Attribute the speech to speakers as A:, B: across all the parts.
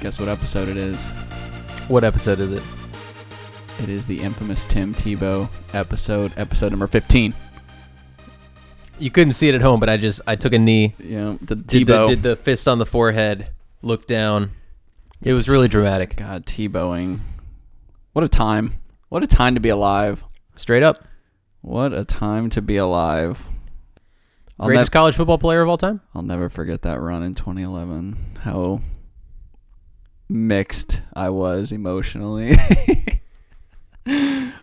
A: Guess what episode it is?
B: What episode is it?
A: It is the infamous Tim Tebow episode, episode number 15.
B: You couldn't see it at home, but I just I took a knee,
A: Yeah, the
B: did the,
A: Tebow.
B: did the fist on the forehead, looked down. It was really dramatic.
A: God, Tebowing. What a time. What a time to be alive.
B: Straight up,
A: What a time to be alive. I'll,
B: greatest
A: nev-
B: college football player of all time.
A: I'll never forget that run in 2011. How mixed I was emotionally.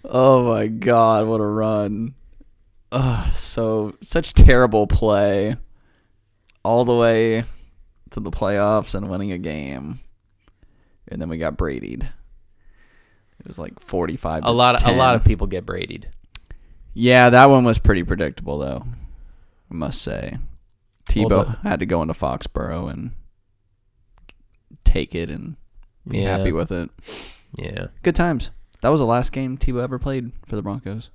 A: oh my God, what a run. Ugh, so, such terrible play all the way to the playoffs and winning a game. And then we got Brady'd. It was like 45
B: A lot of, a
A: 10.
B: lot of people get Brady'd.
A: Yeah, that one was pretty predictable, though. I must say, Tebow
B: Well,
A: had to go into Foxborough and take it and be
B: Yeah.
A: happy with it.
B: Yeah,
A: Good times. That was the last game Tebow ever played for the Broncos.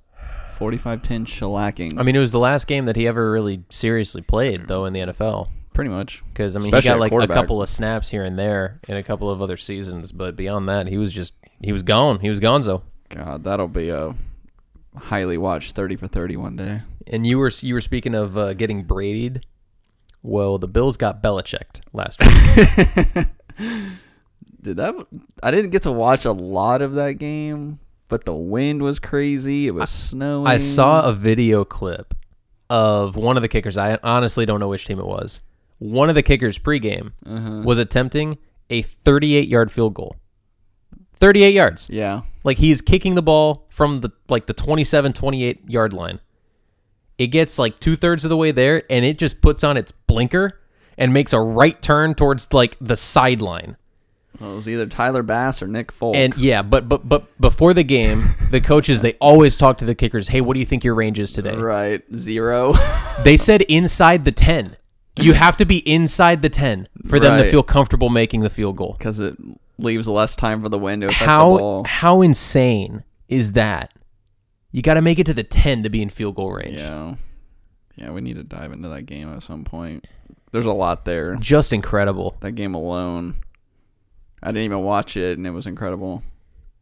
A: 45-10 shellacking.
B: I mean it was the last game that he ever really seriously played though in the NFL
A: pretty much.
B: because I mean
A: Especially at
B: he got like a
A: quarterback.
B: couple of snaps here and there in a couple of other seasons, but beyond that he was just he was gone. He was Gonzo.
A: God, that'll be a highly watched 30 for 30 one day.
B: And you were you were speaking of uh, getting Brady'd. Well, the Bills got Belichicked last week.
A: Dude, that I didn't get to watch a lot of that game, but the wind was crazy. It was snowing.
B: I saw a video clip of one of the kickers. I honestly don't know which team it was. One of the kickers pregame
A: Uh-huh.
B: was attempting a 38 yard field goal. 38 yards.
A: Yeah.
B: Like he's kicking the ball from the like the 27, 28 yard line. It gets like two thirds of the way there, and it just puts on its blinker and makes a right turn towards like the sideline.
A: Well, it was either Tyler Bass or Nick Folk.
B: And yeah, but but but before the game, the coaches they always talk to the kickers. Hey, what do you think your range is today?
A: right, zero.
B: They said inside the ten. You have to be inside the ten for them
A: Right.
B: to feel comfortable making the field goal.
A: Because it leaves less time for the wind to affect the
B: How
A: ball.
B: how insane is that? You got to make it to the ten to be in field goal range.
A: Yeah. Yeah, we need to dive into that game at some point. There's a lot there.
B: Just incredible.
A: That game alone. I didn't even watch it, and it was incredible.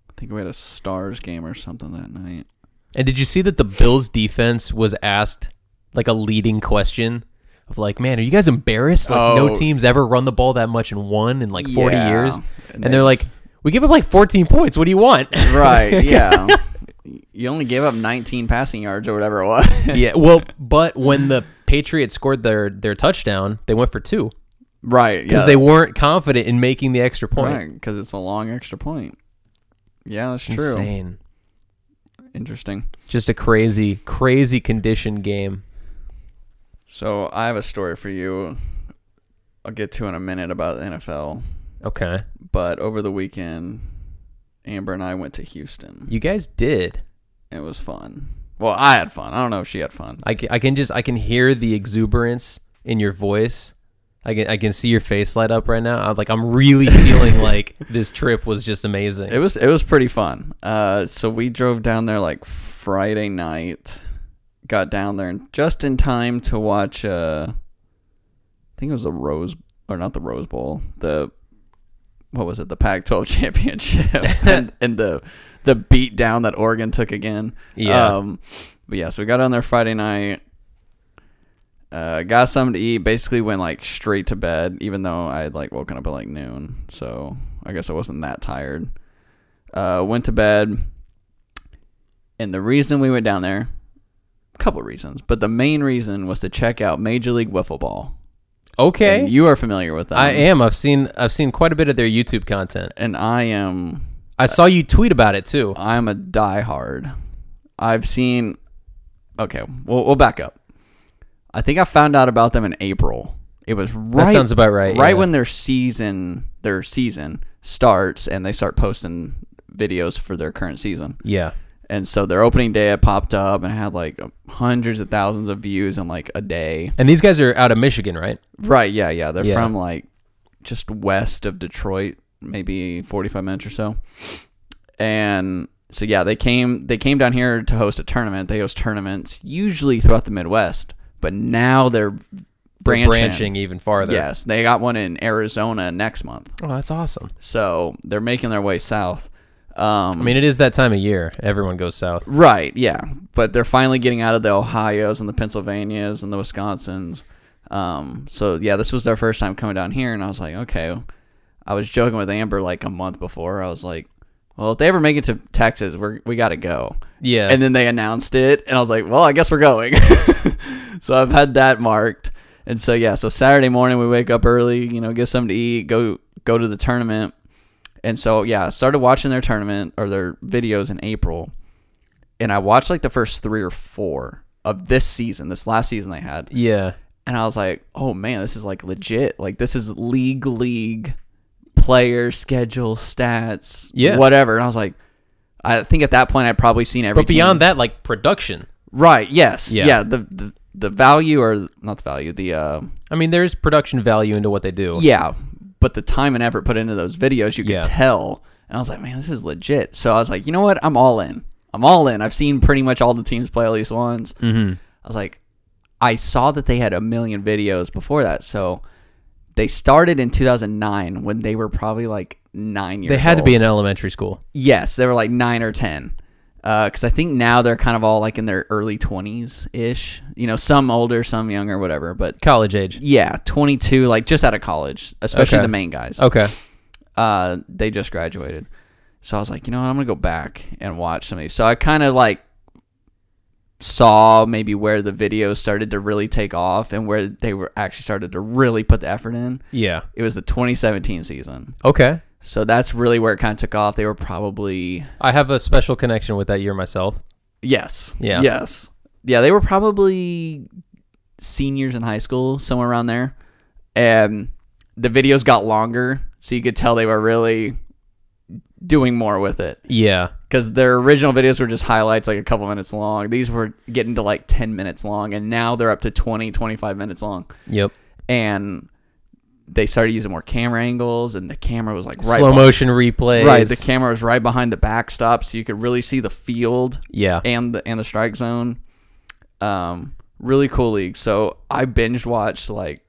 A: I think we had a Stars game or something that night.
B: And did you see that the Bills defense was asked like a leading question of like, man, are you guys embarrassed? Like
A: Oh.
B: no team's ever run the ball that much in one in like forty
A: Yeah.
B: years.
A: And
B: And,
A: they-
B: they're like, we give up like fourteen points. What do you want?
A: Right, yeah. you only gave up 19 passing yards or whatever it was.
B: yeah. Well, but when the Patriots scored their their touchdown, they went for two
A: right,
B: because
A: yeah.
B: they weren't confident in making the extra point.
A: Right, because it's a long extra point. Yeah, that's
B: It's
A: true.
B: insane.
A: Interesting.
B: Just a crazy, crazy condition game.
A: So I have a story for you. I'll get to in a minute about the NFL,
B: Okay,
A: but over the weekend, Amber and I went to Houston.
B: you guys did.
A: It was fun. Well, I had fun. I don't know if she had fun.
B: I can, I can just I can hear the exuberance in your voice. I can I can see your face light up right now. I'm like I'm really feeling like this trip was just amazing.
A: It was it was pretty fun. Uh, so we drove down there like Friday night, got down there and just in time to watch. Uh, I think it was the Rose or not the Rose Bowl. The what was it? The Pac-12 championship and, and the the beat down that Oregon took again.
B: Yeah.
A: Um, but yeah, so we got down there Friday night. Uh, got something to eat. Basically, went like straight to bed, even though I had like woken up at like noon. So I guess I wasn't that tired uh, went to bed. And the reason we went down there, a couple of reasons, but the main reason was to check out Major League Wiffle Ball.
B: okay,
A: And you um, are familiar with that.
B: I am. I've seen I've seen quite a bit of their YouTube content.
A: And I am,
B: I saw you tweet about it too.
A: I'm a diehard. I've seen, okay, we'll, we'll back up. I think I found out about them in April. It was right.
B: sounds about right,
A: Right
B: yeah.
A: when their season, their season starts, and they start posting videos for their current season.
B: Yeah.
A: And so their opening day it popped up and had like hundreds of thousands of views in like a day.
B: And these guys are out of Michigan, right?
A: Right, yeah, yeah. They're
B: Yeah.
A: from like just west of Detroit, maybe 45 minutes or so. And so yeah, they came they came down here to host a tournament. They host tournaments usually throughout the Midwest, but now they're
B: branching,
A: branching.
B: branching even farther.
A: Yes, they got one in Arizona next month.
B: Oh, that's awesome.
A: So they're making their way south. Um,
B: I mean, it is that time of year. Everyone goes south.
A: right? Yeah, but they're finally getting out of the Ohio's and the Pennsylvanias and the Wisconsins. Um, so yeah, this was their first time coming down here, and I was like, okay. I was joking with Amber like a month before. I was like, well, if they ever make it to Texas, we're, we got to go.
B: Yeah.
A: And then they announced it, and I was like, well, I guess we're going. so I've had that marked. And so yeah, so Saturday morning we wake up early, you know, get something to eat, go go to the tournament. And so yeah, I started watching their tournament or their videos in April. And I watched like the first 3 or 4 of this season, this last season they had
B: yeah.
A: and I was like, "Oh man, this is like legit. Like this is league league player schedule stats,
B: Yeah.
A: whatever." And I was like, I think at that point I'd probably seen every.
B: But beyond that, like production.
A: that, right? Yes,
B: Yeah.
A: yeah. the, the the value or not the value, the uh,
B: I mean, there is production value into what they do.
A: yeah, but the time and effort put into those videos, you could
B: Yeah.
A: tell. And I was like, "Man, this is legit." So I was like, "You know what? I'm all in. I'm all in. I've seen pretty much all the teams play at least once."
B: Mm-hmm.
A: I was like, I saw that they had a million videos before that. So they started in 2009 when they were probably like nine years
B: They had to
A: old.
B: be in elementary school.
A: Yes, they were like nine or 10. Because I think now they're kind of all like in their early 20s ish. You know, some older, some younger, whatever. But
B: College age.
A: yeah, 22, like just out of college, especially
B: Okay.
A: the main guys.
B: Okay.
A: Uh, they just graduated. So I was like, you know what? I'm going to go back and watch some of these. So I kind of like saw maybe where the videos started to really take off and where they were actually started to really put the effort in.
B: Yeah.
A: It was the 2017 season.
B: Okay.
A: So that's really where it kind of took off. They were probably,
B: I have a special connection with that year myself.
A: yes.
B: Yeah.
A: Yes. Yeah, they were probably seniors in high school, somewhere around there. And the videos got longer. So you could tell they were really doing more with it.
B: Yeah.
A: because their original videos were just highlights like a couple minutes long these were getting to like 10 minutes long and now they're up to 20 25 minutes long
B: Yep.
A: and they started using more camera angles and the camera was like right
B: Slow
A: beh-
B: motion replays.
A: right the camera was right behind the backstop so you could really see the field
B: yeah.
A: and the and the strike zone um really cool league so i binge watched like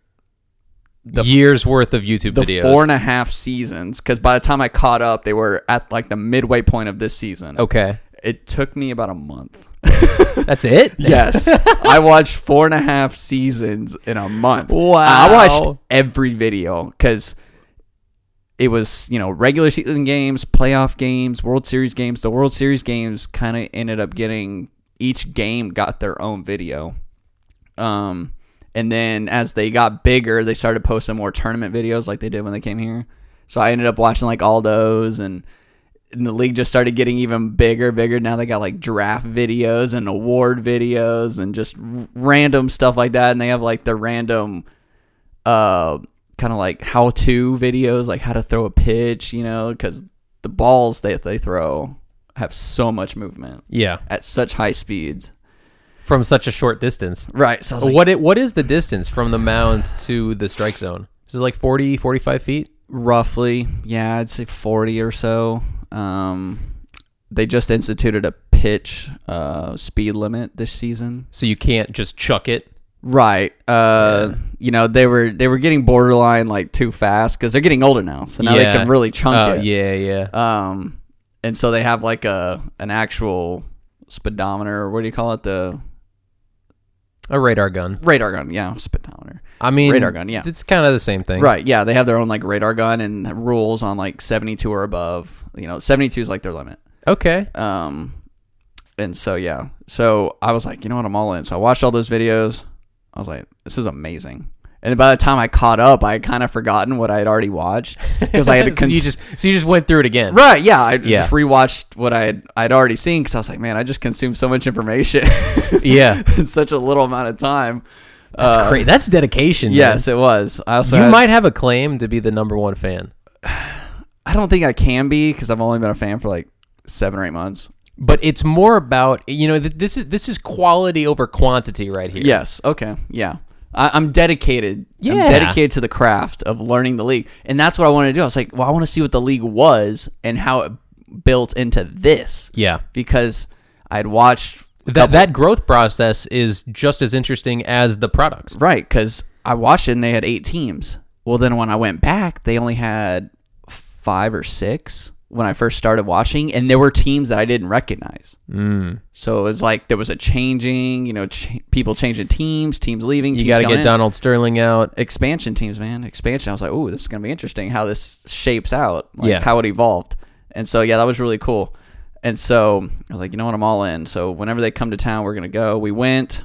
A: the-
B: Years worth of YouTube
A: the
B: videos.
A: four and a half seasons because by the time i caught up they were at like the midway point of this season
B: okay.
A: it took me about a month
B: That's it?
A: Yes. I watched four and a half seasons in a month.
B: Wow.
A: I watched every video because it was, you know, regular season games, playoff games, World Series games. The World Series games kind of ended up getting each game got their own video. Um, and then as they got bigger, they started posting more tournament videos like they did when they came here. So I ended up watching like all those and and the league just started getting even bigger, bigger. Now they got like draft videos and award videos and just r- random stuff like that. And they have like the random, uh, kind of like how to videos, like how to throw a pitch, you know, because the balls that they throw have so much movement
B: Yeah.
A: at such high speeds. Oh,
B: From such a short distance.
A: Right. So I was like,
B: what it, what is the distance from the mound to the strike zone? Is it like 40, 45 feet?
A: roughly, yeah, I'd say 40 or so. Um, they just instituted a pitch uh, speed limit this season.
B: So you can't just chuck it.
A: Right. Uh, you know, they were they were getting borderline like too fast because they're getting older now, so now
B: Yeah.
A: they can really chunk
B: Oh,
A: it.
B: yeah, yeah.
A: Um, and so they have like a an actual speedometer. Or what do you call it? The
B: A radar gun.
A: radar gun. Yeah, speedometer.
B: I mean,
A: Radar gun, yeah.
B: It's kind of the same thing.
A: Right. Yeah, they have their own like radar gun and rules on like seventy two or above. You know, seventy two is like their limit.
B: Okay.
A: Um, and so yeah, so I was like, you know what, I'm all in. So I watched all those videos. I was like, this is amazing. And then by the time I caught up, I had kind of forgotten what I had already watched because I had to
B: so you
A: cons-
B: just so you just went through it again.
A: right, yeah, I
B: Yeah.
A: just rewatched what I had I'd already seen because I was like, man, I just consumed so much information
B: Yeah.
A: in such a little amount of time.
B: That's
A: Uh,
B: great. That's dedication. man.
A: Yes, it was. I also
B: you
A: had-
B: might have a claim to be the number one fan,
A: I don't think I can be because I've only been a fan for like seven or eight months.
B: but it's more about you know th- this is this is quality over quantity right here.
A: Yes. Okay. Yeah. I, I'm dedicated.
B: Yeah.
A: I'm dedicated to the craft of learning the league, and that's what I wanted to do. I was like, well, I want to see what the league was and how it built into this
B: Yeah.
A: because I'd watched
B: That that growth process is just as interesting as the product.
A: right because I watched it and they had eight teams. Well, then when I went back, they only had five or six when I first started watching, and there were teams that I didn't recognize.
B: Mm.
A: So it's like there was a changing, you know, ch- people changing teams, teams leaving.
B: You
A: teams
B: got to
A: coming
B: get
A: in.
B: Donald Sterling out.
A: expansion teams, man. Expansion. I was like, oh, this is gonna be interesting. How this shapes out, like
B: Yeah.
A: how it evolved. And so yeah, that was really cool. And so I was like, you know what, I'm all in. So whenever they come to town, we're gonna go. We went.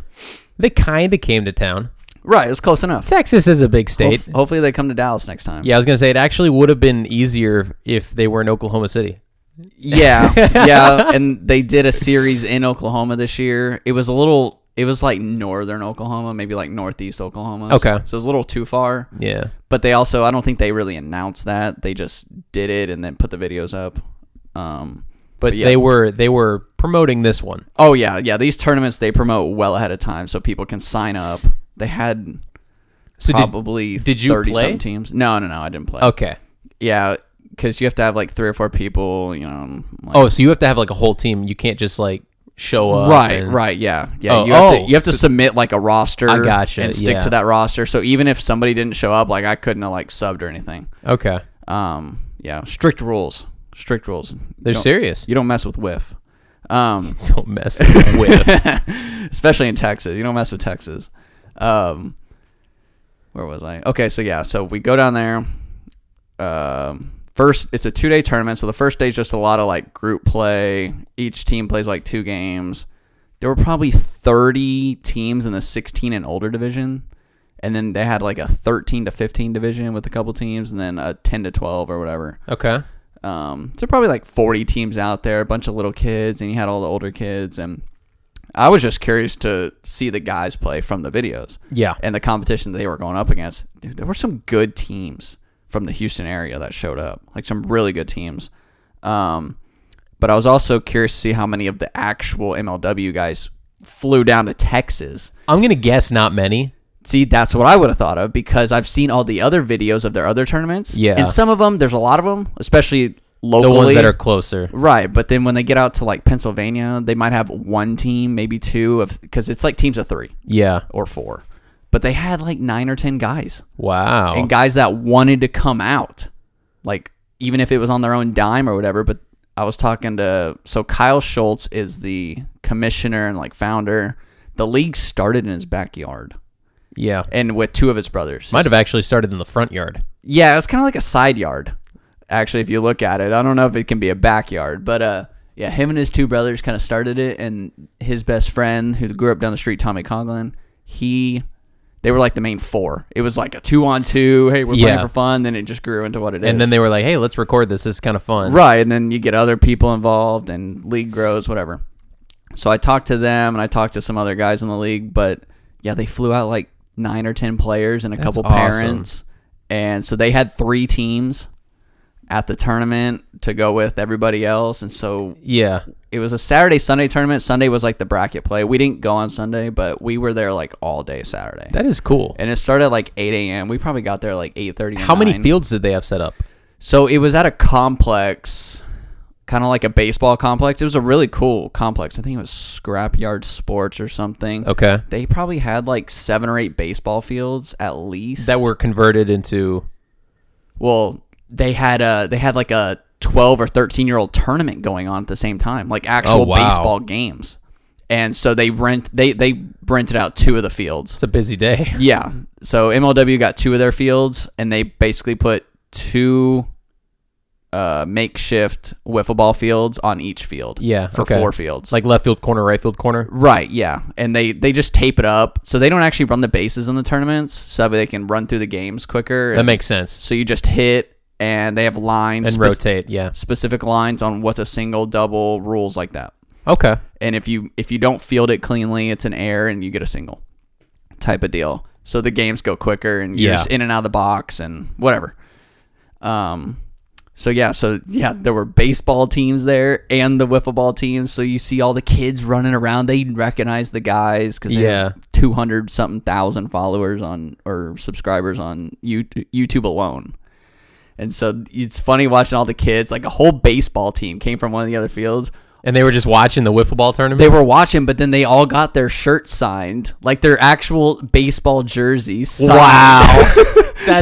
B: They kind of came to town.
A: Right, it was close enough.
B: Texas is a big state.
A: Hof- hopefully they come to Dallas next time.
B: Yeah, I was gonna say it actually would have been easier if they were in Oklahoma City.
A: Yeah, yeah, and they did a series in Oklahoma this year. It was a little, it was like northern Oklahoma, maybe like northeast Oklahoma.
B: Okay.
A: so it was a little too far.
B: Yeah,
A: But they also, I don't think they really announced that. They just did it and then put the videos up. Um,
B: but
A: yeah.
B: they were they were promoting this one.
A: oh yeah, yeah. These tournaments they promote well ahead of time so people can sign up. They had
B: So did,
A: probably
B: did you
A: 30
B: play?
A: some teams. No, no, no, I didn't play.
B: okay.
A: Yeah, because you have to have like three or four people. You know, like,
B: Oh, so you have to have like a whole team. You can't just like show up.
A: Right,
B: and-
A: right, yeah, yeah.
B: Oh,
A: you have
B: oh,
A: to you have to submit like a roster.
B: I gotcha,
A: and stick
B: yeah.
A: to that roster. So even if somebody didn't show up, like I couldn't have like subbed or anything.
B: Okay,
A: Um, yeah, strict rules, strict rules.
B: they're
A: you don't,
B: serious.
A: You don't mess with whiff. Um,
B: Don't mess with.
A: especially in Texas, you don't mess with Texas. Um, where was I? Okay, so yeah, so we go down there. Um, first, it's a two day tournament. So the first day is just a lot of like group play. Each team plays like two games. There were probably 30 teams in the 16 and older division. And then they had like a 13 to 15 division with a couple teams, and then a 10 to 12 or whatever.
B: Okay,
A: Um, so probably like 40 teams out there, a bunch of little kids, and you had all the older kids. And I was just curious to see the guys play from the videos
B: yeah,
A: and the competition they were going up against. Dude, there were some good teams from the Houston area that showed up, like some really good teams. Um, but I was also curious to see how many of the actual MLW guys flew down to Texas.
B: I'm gonna guess not many.
A: See, that's what I would have thought of because I've seen all the other videos of their other tournaments.
B: Yeah.
A: And some of them, there's a lot of them, especially
B: The
A: locally.
B: ones that are closer.
A: Right, but then when they get out to like Pennsylvania, they might have one team, maybe two, of because it's like teams of three
B: Yeah.
A: or four. But they had like nine or ten guys,
B: Wow.
A: and guys that wanted to come out, like even if it was on their own dime or whatever. But I was talking to so Kyle Schultz is the commissioner and like founder. The league started in his backyard,
B: yeah.
A: and with two of his brothers.
B: Might have actually started in the front yard.
A: Yeah, it's kind of like a side yard. Actually, if you look at it, I don't know if it can be a backyard, but uh, yeah, him and his two brothers kind of started it, and his best friend who grew up down the street, Tommy Conklin, he, they were like the main four. It was like a two on two. Hey, we're playing
B: Yeah.
A: for fun. Then it just grew into what it is.
B: And then they were like, "Hey, let's record this. This is kind of fun."
A: Right, and then you get other people involved, and league grows, whatever. So I talked to them, and I talked to some other guys in the league, but yeah, they flew out like nine or ten players and a couple
B: awesome.
A: parents, and so they had three teams at the tournament to go with everybody else, and so
B: Yeah.
A: it was a Saturday Sunday tournament. Sunday was like the bracket play. We didn't go on Sunday, but we were there like all day Saturday,
B: That is cool.
A: and it started at like eight a.m. We probably got there like eight thirty.
B: How many fields did they have set up?
A: So it was at a complex, kind of like a baseball complex. It was a really cool complex. I think it was Scrapyard Sports or something.
B: Okay.
A: They probably had like seven or eight baseball fields at least.
B: That were converted into
A: well, they had a they had like a twelve or thirteen year old tournament going on at the same time, like actual
B: Oh, wow.
A: baseball games. And so they rent they they rented out two of the fields.
B: It's a busy day.
A: Yeah. So MLW got two of their fields, and they basically put two uh, makeshift wiffle ball fields on each field.
B: Yeah,
A: For
B: okay.
A: four fields.
B: Like left field corner, right field corner.
A: right. Yeah. And they they just tape it up, so they don't actually run the bases in the tournaments, so that way they can run through the games quicker.
B: That makes sense.
A: so you just hit, and they have lines
B: And
A: spec-
B: rotate, yeah.
A: specific lines on what's a single, double, rules like that
B: Okay.
A: and if you if you don't field it cleanly, it's an error and you get a single type of deal. So the games go quicker and you're
B: Yeah.
A: just in and out of the box and whatever. Um so yeah, so yeah, there were baseball teams there and the wiffle ball teams. So you see all the kids running around. They recognize the guys because
B: Yeah.
A: two hundred something thousand followers on or subscribers on YouTube, YouTube alone. And so it's funny watching all the kids. Like a whole baseball team came from one of the other fields.
B: And they were just watching the wiffle ball tournament.
A: They were watching, but then they all got their shirts signed, like their actual baseball jerseys. signed.
B: Wow. That's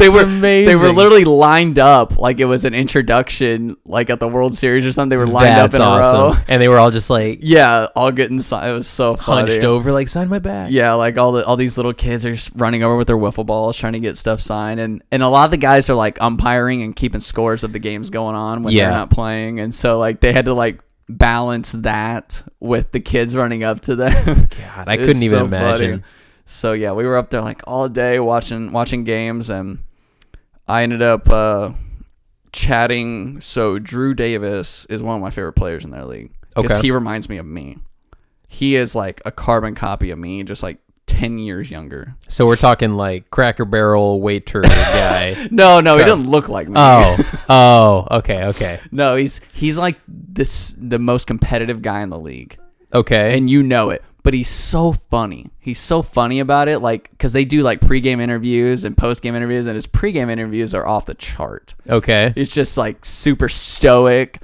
A: they were
B: amazing.
A: they were literally lined up like it was an introduction, like at the World Series or something. They were lined
B: That's
A: up in a row.
B: awesome. And they were all just like
A: Yeah, all getting signed. It was so funny.
B: hunched over, like sign my back.
A: Yeah, like all the all these little kids are just running over with their wiffle balls trying to get stuff signed, and and a lot of the guys are like umpiring and keeping scores of the games going on when
B: Yeah.
A: they're not playing, and so like they had to like balance that with the kids running up to them.
B: God, I
A: It was
B: couldn't even
A: so
B: imagine.
A: funny. So yeah, we were up there like all day watching watching games, and I ended up uh, chatting. So Drew Davis is one of my favorite players in their league. 'Cause
B: Okay.
A: he reminds me of me. He is like a carbon copy of me, just like ten years younger.
B: So we're talking like Cracker Barrel waiter guy.
A: No, no, he
B: Okay.
A: doesn't look like me.
B: Oh, oh, okay, okay,
A: no, he's he's like this the most competitive guy in the league.
B: okay.
A: and you know it. But he's so funny. He's so funny about it, like because they do like pregame interviews and postgame interviews, and his pregame interviews are off the chart.
B: okay.
A: It's just like super stoic,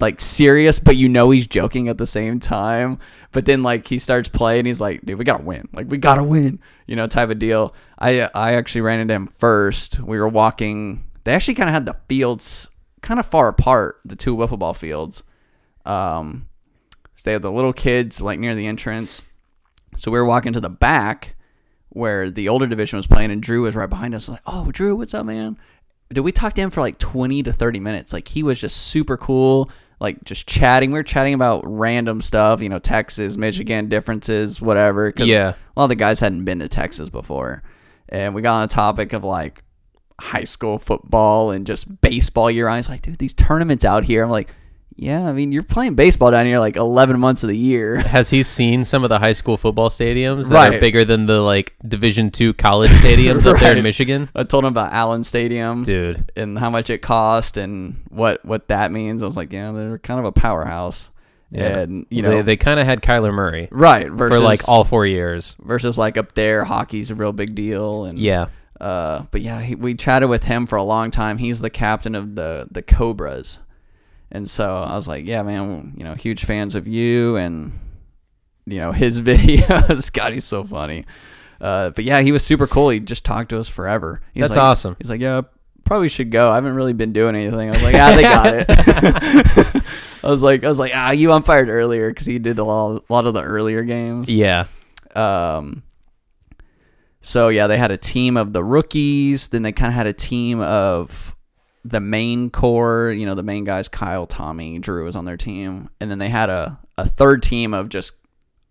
A: like serious, but you know he's joking at the same time. But then like he starts playing, he's like, "Dude, we gotta win! Like we gotta win!" You know, type of deal. I I actually ran into him first. We were walking. They actually kind of had the fields kind of far apart, the two wiffle ball fields. Um, so they had the little kids like near the entrance. So we were walking to the back where the older division was playing, and Drew was right behind us. Like, oh, Drew, what's up, man? Dude, we talked to him for like 20 to 30 minutes. Like, he was just super cool, like just chatting. We were chatting about random stuff, you know, Texas, Michigan differences, whatever. 'cause
B: Yeah.
A: A lot of the guys hadn't been to Texas before. And we got on the topic of like high school football and just baseball year round. He's like, dude, these tournaments out here. I'm like, yeah, I mean, you're playing baseball down here like 11 months of the year.
B: Has he seen some of the high school football stadiums that are
A: Right.
B: bigger than the like Division two college stadiums up there in
A: Right.
B: Michigan?
A: I told him about Allen Stadium
B: Dude,
A: and how much it cost and what what that means. I was like, yeah, they're kind of a powerhouse,
B: Yeah.
A: and you know,
B: they, they kind of had Kyler Murray
A: right versus
B: for like all four years.
A: versus like up there, hockey's a real big deal, and
B: Yeah.
A: uh, but yeah, he, we chatted with him for a long time. He's the captain of the the Cobras, and so I was like, yeah, man, you know, huge fans of you and you know his videos. God, he's so funny. Uh, but yeah, he was super cool. He just talked to us forever. He's
B: That's
A: like-
B: awesome.
A: He's like, yeah, I probably should go. I haven't really been doing anything. I was like, ah, they got it. I was like, I was like, ah, you umpired earlier because he did a lot, a lot of the earlier games.
B: Yeah.
A: Um, so yeah, they had a team of the rookies. Then they kind of had a team of the main core. You know, the main guys, Kyle, Tommy, Drew was on their team, and then they had a a third team of just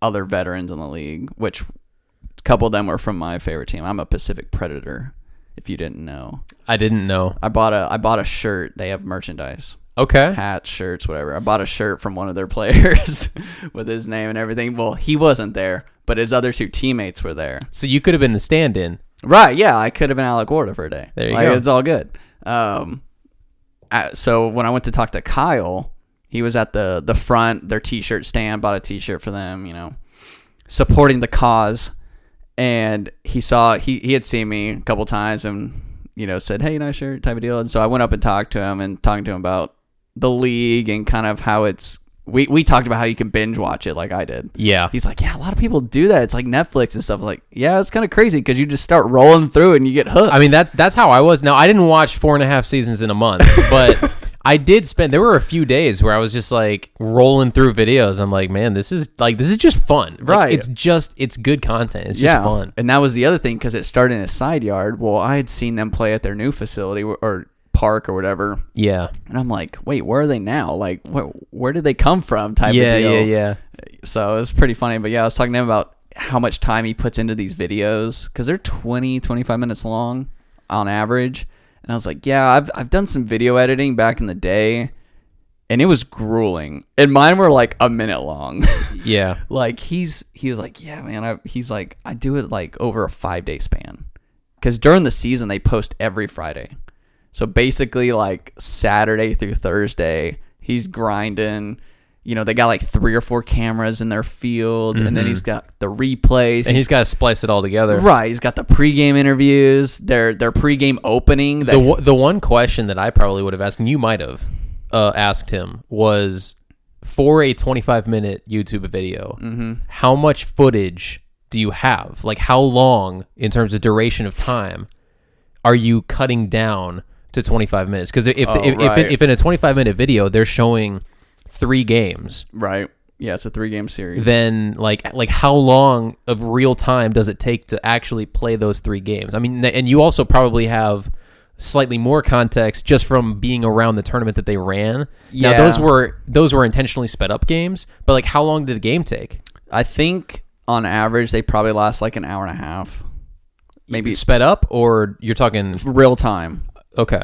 A: other veterans in the league, which a couple of them were from my favorite team. I'm a Pacific Predator. If you didn't know,
B: I didn't know.
A: I bought a I bought a shirt. They have merchandise
B: Okay.
A: hats, shirts, whatever. I bought a shirt from one of their players with his name and everything. Well, he wasn't there, but his other two teammates were there.
B: So you could have been the stand in.
A: Right? Yeah, I could have been Alec Warda for a day.
B: There you
A: Like,
B: go.
A: It's all good. Um, I- so when I went to talk to Kyle, he was at the the front, their T-shirt stand. Bought a T-shirt for them. You know, supporting the cause. And he saw he he had seen me a couple times and you know said hey nice shirt type of deal. And so I went up and talked to him and talking to him about the league and kind of how it's. We, we talked about how you can binge watch it like I did.
B: Yeah.
A: He's like, yeah, a lot of people do that. It's like Netflix and stuff. I'm like, yeah, it's kind of crazy because you just start rolling through and you get hooked.
B: I mean, that's that's how I was. Now I didn't watch four and a half seasons in a month, but I did spend. There were a few days where I was just like rolling through videos. I'm like, man, this is like this is just fun. Like,
A: Right.
B: It's just it's good content. It's just fun.
A: And that was the other thing because it started in his side yard. Well, I had seen them play at their new facility or- or park or whatever,
B: Yeah.
A: and I'm like, wait, where are they now? Like, wh- where did they come from? Type
B: Yeah.
A: of deal.
B: Yeah. Yeah.
A: So it was pretty funny. But yeah, I was talking to him about how much time he puts into these videos because they're 20, 25 minutes long on average. And I was like, yeah, I've, I've done some video editing back in the day and it was grueling. And mine were like a minute long.
B: Yeah.
A: like he's, he was like, yeah, man. I, he's like, I do it like over a five day span because during the season they post every Friday. So basically, like Saturday through Thursday, he's grinding. You know, they got like three or four cameras in their field, and then he's got the replays.
B: Mm-hmm. And he's got to splice it all together.
A: right. He's got the pregame interviews. Their their pregame opening. That,
B: The wo- the one question that I probably would have asked, and you might have uh, asked him, was for a 25 minute YouTube video,
A: Mm-hmm.
B: how much footage do you have? Like, how long in terms of duration of time are you cutting down to 25 minutes? Because if,
A: Oh,
B: if,
A: right.
B: if, if in a 25 minute video they're showing three games,
A: Right. Yeah, it's a three game series.
B: then like like how long of real time does it take to actually play those three games? I mean, and you also probably have slightly more context just from being around the tournament that they ran. Now
A: Yeah.
B: those were those were intentionally sped up games, but like how long did the game take?
A: I think on average they probably last like an hour and a half. Maybe
B: sped up or you're talking
A: real time.
B: okay.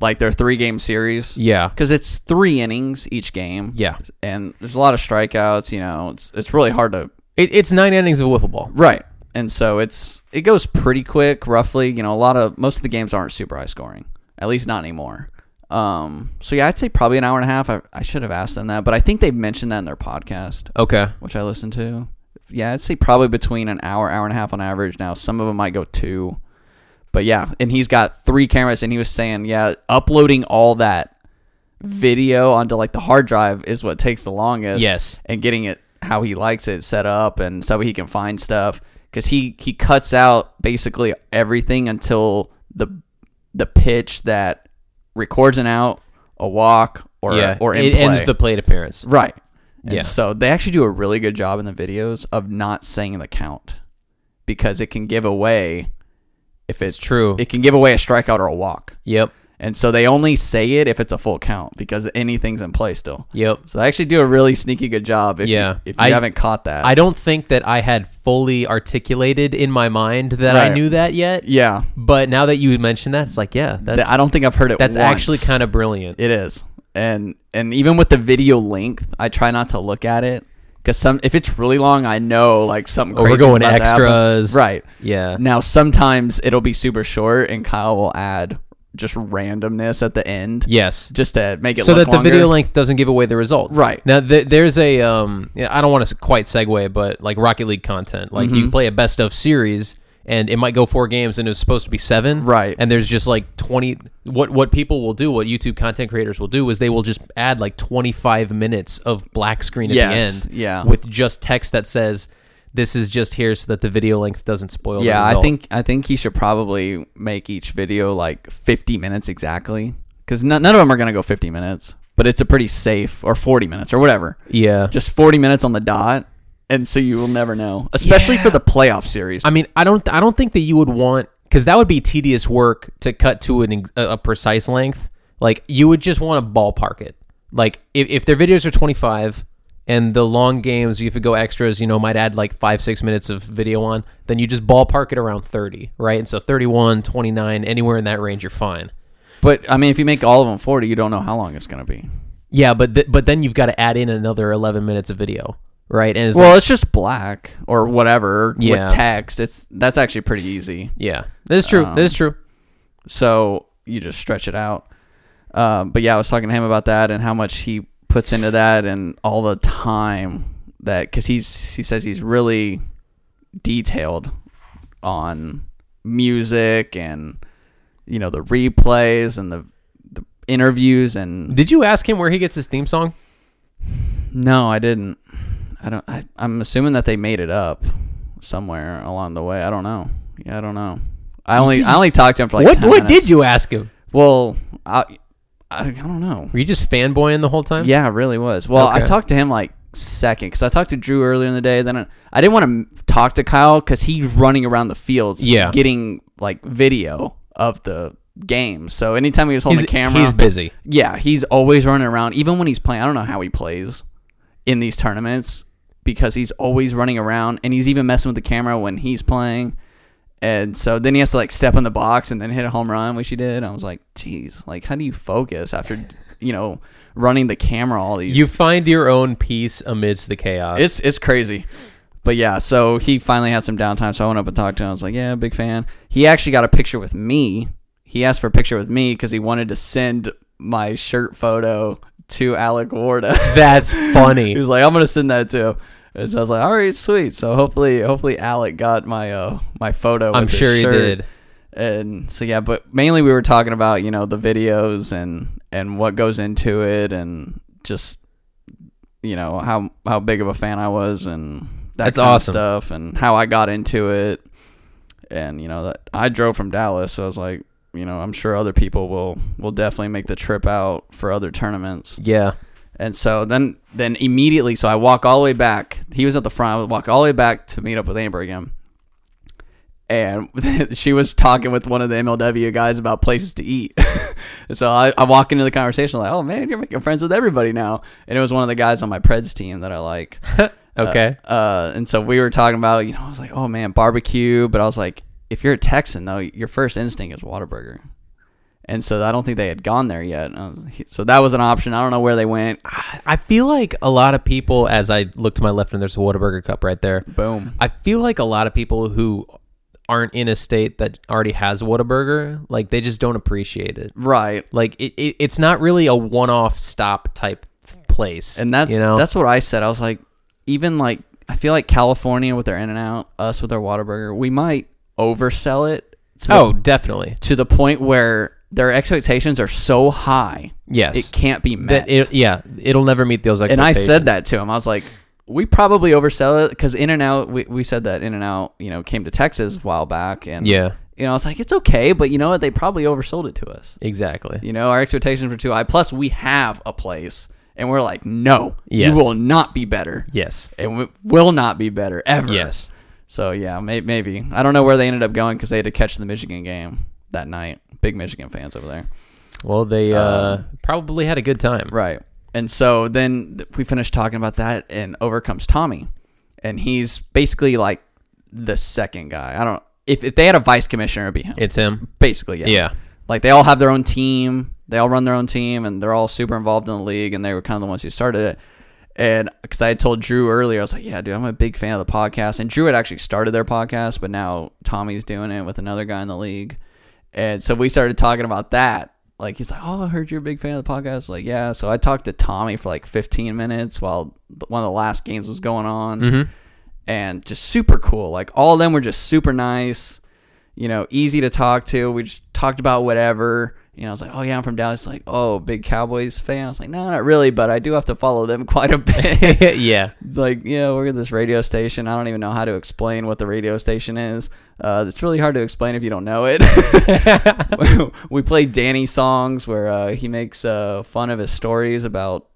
A: Like their three game series.
B: Yeah.
A: Because it's three innings each game.
B: Yeah.
A: And there's a lot of strikeouts, you know, it's it's really hard to
B: It, it's 9 innings of wiffle ball.
A: Right. And so it's it goes pretty quick, roughly. You know, a lot of most of the games aren't super high scoring, at least not anymore. Um, so yeah, I'd say probably an hour and a half. I, I should have asked them that, but I think they've mentioned that in their podcast,
B: Okay.
A: which I listened to. Yeah, I'd say probably between an hour, hour and a half on average. Now some of them might go two, but yeah, and he's got three cameras, and he was saying, yeah, uploading all that
B: Mm-hmm.
A: video onto like the hard drive is what takes the longest
B: Yes.
A: and getting it how he likes it set up and so he can find stuff because he he cuts out basically everything until the the pitch that records an out a walk or
B: yeah.
A: or in
B: it
A: play.
B: ends the plate appearance.
A: right and
B: Yeah.
A: so they actually do a really good job in the videos of not saying the count because it can give away if it's,
B: true.
A: it can give away a strikeout or a walk
B: Yep.
A: and so they only say it if it's a full count because anything's in play still
B: Yep.
A: so they actually do a really sneaky good job. If
B: Yeah.
A: you, if you
B: I-
A: haven't caught that,
B: I don't think that I had fully articulated in my mind that I
A: Right.
B: knew that yet.
A: yeah,
B: But now that you mentioned that, it's like, yeah, that's
A: Th- I don't think I've heard it.
B: that's
A: once.
B: actually kind of brilliant.
A: it is, and and even with the video length, I try not to look at it because some if it's really long, I know like something.
B: Oh, we're
A: crazy's
B: going
A: about to happen.
B: extras.
A: right?
B: Yeah.
A: Now sometimes it'll be super short, and Kyle will add just randomness at the end,
B: Yes.
A: just to make it
B: So
A: look
B: that the video
A: longer.
B: length doesn't give away the result.
A: Right.
B: Now th- there's a um yeah, I don't want to quite segue, but like Rocket League content, like
A: Mm-hmm.
B: you play a best of series and it might go four games and it was supposed to be seven.
A: Right.
B: And there's just like 20 what what people will do, what YouTube content creators will do is they will just add like 25 minutes of black screen at
A: Yes,
B: the end
A: yeah.
B: with just text that says this is just here so that the video length doesn't spoil the
A: Yeah, I
B: result."
A: think I think he should probably make each video like 50 minutes exactly because none of them are gonna go 50 minutes, but it's a pretty safe or 40 minutes or whatever.
B: Yeah.
A: Just 40 minutes on the dot, and so you will never know, especially for the playoff series.
B: I mean, I don't, I don't think that you would want because that would be tedious work to cut to an ex- a a precise length. Like you would just want to ballpark it. Like if, if their videos are twenty five and the long games, you could go extras. You know, might add like five six minutes of video on. Then you just ballpark it around thirty, right? And so 31, 29, anywhere in that range, you're fine.
A: But I mean, if you make all of them 40, you don't know how long it's gonna be.
B: Yeah, but th- but then you've got to add in another eleven minutes of video, right? And it's like,
A: Well, it's just black or whatever
B: Yeah.
A: with text. It's that's actually pretty easy.
B: yeah, that's true. that is
A: um,
B: true.
A: so you just stretch it out. Um, but yeah, I was talking to him about that and how much he puts into that and all the time that because he's he says he's really detailed on music and you know the replays and the the interviews and
B: Did you ask him where he gets his theme song?
A: no, I didn't. I don't. I, I'm assuming that they made it up somewhere along the way. I don't know. Yeah, I don't know. I only I only talked to him for like
B: what
A: 10
B: what
A: minutes.
B: did you ask him?
A: Well, I, I, I don't know.
B: Were you just fanboying the whole time?
A: Yeah, it really was. Well, I
B: Okay.
A: talked to him like second because I talked to Drew earlier in the day. Then I, I didn't want to talk to Kyle because he's running around the fields,
B: Yeah.
A: getting like video of the game. So anytime he was holding
B: he's,
A: the camera,
B: he's busy.
A: yeah, he's always running around. Even when he's playing, I don't know how he plays in these tournaments because he's always running around and he's even messing with the camera when he's playing. And so then he has to like step in the box and then hit a home run, which he did. I was like, "Jeez, like how do you focus after you know running the camera all these?
B: You find your own peace amidst the chaos.
A: it's it's crazy." But yeah, so he finally had some downtime, so I went up and talked to him. I was like, "Yeah, big fan." He actually got a picture with me. He asked for a picture with me because he wanted to send my shirt photo to Alec Warda.
B: that's
A: He
B: funny.
A: was like, "I'm gonna send that too." And so I was like, "All right, sweet." So hopefully, hopefully Alec got my uh my photo. with
B: I'm
A: his
B: sure he
A: shirt.
B: did.
A: And so yeah, but mainly we were talking about you know the videos and and what goes into it and just you know how how big of a fan I was and that
B: That's
A: kind of
B: awesome.
A: stuff and how I got into it and you know that I drove from Dallas so I was like you know I'm sure other people will will definitely make the trip out for other tournaments
B: Yeah.
A: and so then then immediately so I walk all the way back he was at the front I would walk all the way back to meet up with Amber again and she was talking with one of the MLW guys about places to eat. And so I, I walk into the conversation like, oh man, you're making friends with everybody now. And it was one of the guys on my Preds team that I like.
B: Okay.
A: Uh, and so we were talking about, you know, I was like, oh man, barbecue. But I was like, if you're a Texan though, your first instinct is Whataburger. And so I don't think they had gone there yet. And I was- So that was an option. I don't know where they went.
B: I feel like a lot of people, as I look to my left and there's a Whataburger cup right there.
A: Boom.
B: I feel like a lot of people who aren't in a state that already has a Whataburger, like they just don't appreciate it.
A: Right.
B: Like it, it it's not really a one off stop type place.
A: And that's
B: you know
A: that's what I said. I was like, even like I feel like California with their In and Out, us with our Whataburger, we might oversell it to, the-
B: Oh, definitely.
A: to the point where their expectations are so high
B: Yes.
A: it can't be met.
B: that it, yeah, it'll never meet those
A: and I
B: expectations.
A: said that to him. I was like, we probably oversell it because In and Out. We, we said that In and Out, you know, came to Texas a while back, and
B: Yeah,
A: you know, I was like, it's okay, but you know what? They probably oversold it to us.
B: exactly.
A: You know, our expectations were too high. Plus, we have a place, and we're like, no, you
B: Yes.
A: will not be better.
B: Yes.
A: It w- will not be better ever.
B: Yes.
A: So yeah, may- maybe I don't know where they ended up going because they had to catch the Michigan game that night. Big Michigan fans over there,
B: Well, they uh, probably had a good time.
A: right? And so then th- we finished talking about that, and over comes Tommy, and he's basically like the second guy. I don't if if they had a vice commissioner, it'd be him.
B: It's him.
A: basically, yeah.
B: Yeah.
A: Like they all have their own team. They all run their own team, and they're all super involved in the league. And they were kind of the ones who started it. And because I had told Drew earlier, I was like, "Yeah, dude, I'm a big fan of the podcast." And Drew had actually started their podcast, but now Tommy's doing it with another guy in the league. And so we started talking about that. Like he's like, "Oh, I heard you're a big fan of the podcast." Like, yeah. So I talked to Tommy for like 15 minutes while th- one of the last games was going on, and just super cool. Like all of them were just super nice you know, easy to talk to. We just talked about whatever. You know, I was like, oh yeah, I'm from Dallas. Like, oh, big Cowboys fan. I was like, no, not really, but I do have to follow them quite a bit.
B: yeah.
A: it's like, yeah, we're at this radio station. I don't even know how to explain what the radio station is. Uh, it's really hard to explain if you don't know it. we play Danny songs where uh, he makes uh, fun of his stories about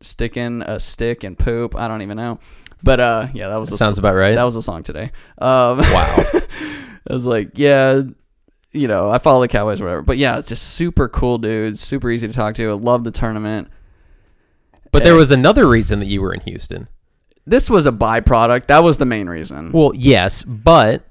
A: sticking a stick and poop. I don't even know, but uh, yeah, that was the
B: Sounds about right.
A: that was the song today. Um,
B: Wow.
A: I was like, yeah, you know, I follow the Cowboys, or whatever. But yeah, it's just super cool dudes, super easy to talk to. I love the tournament.
B: but there was another reason that you were in Houston.
A: This was a byproduct. That was the main reason,
B: Well, yes, but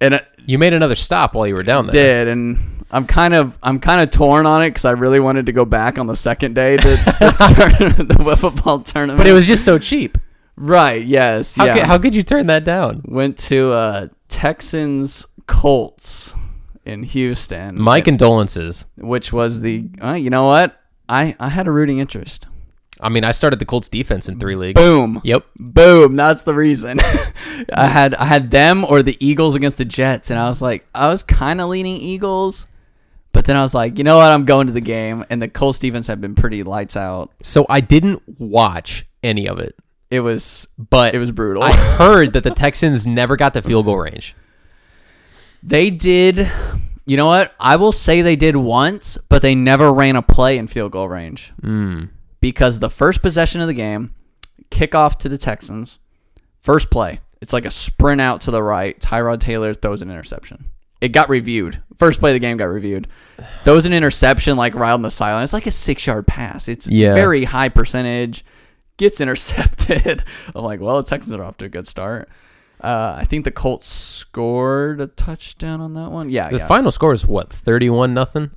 A: and it
B: you made another stop while you were down there.
A: did. And I'm kind of, I'm kind of torn on it because I really wanted to go back on the second day to the, tournament, the football tournament.
B: But it was just so cheap.
A: right. Yes.
B: How,
A: yeah.
B: could, how could you turn that down?
A: Went to uh, Texans Colts in Houston.
B: My condolences.
A: which was the uh, you know what I I had a rooting interest.
B: I mean, I started the Colts defense in three leagues.
A: Boom,
B: Yep.
A: boom. That's the reason. I had I had them or the Eagles against the Jets, and I was like I was kind of leaning Eagles, but then I was like you know what I'm going to the game, and the Cole Stevens had been pretty lights out.
B: So I didn't watch any of it,
A: It was
B: but
A: it was brutal.
B: I heard that the Texans never got to field goal range.
A: they did. You know what? I will say they did once, but they never ran a play in field goal range.
B: Mm.
A: Because the first possession of the game, kickoff to the Texans, first play, it's like a sprint out to the right. Tyrod Taylor throws an interception. It got reviewed. First play of the game got reviewed. Throws an interception like right on the sideline. It's like a six yard pass. It's
B: Yeah.
A: very high percentage. Gets intercepted. I'm like, well, the Texans are off to a good start. Uh, I think the Colts scored a touchdown on that one. Yeah,
B: The
A: yeah.
B: final score is what? 31 nothing?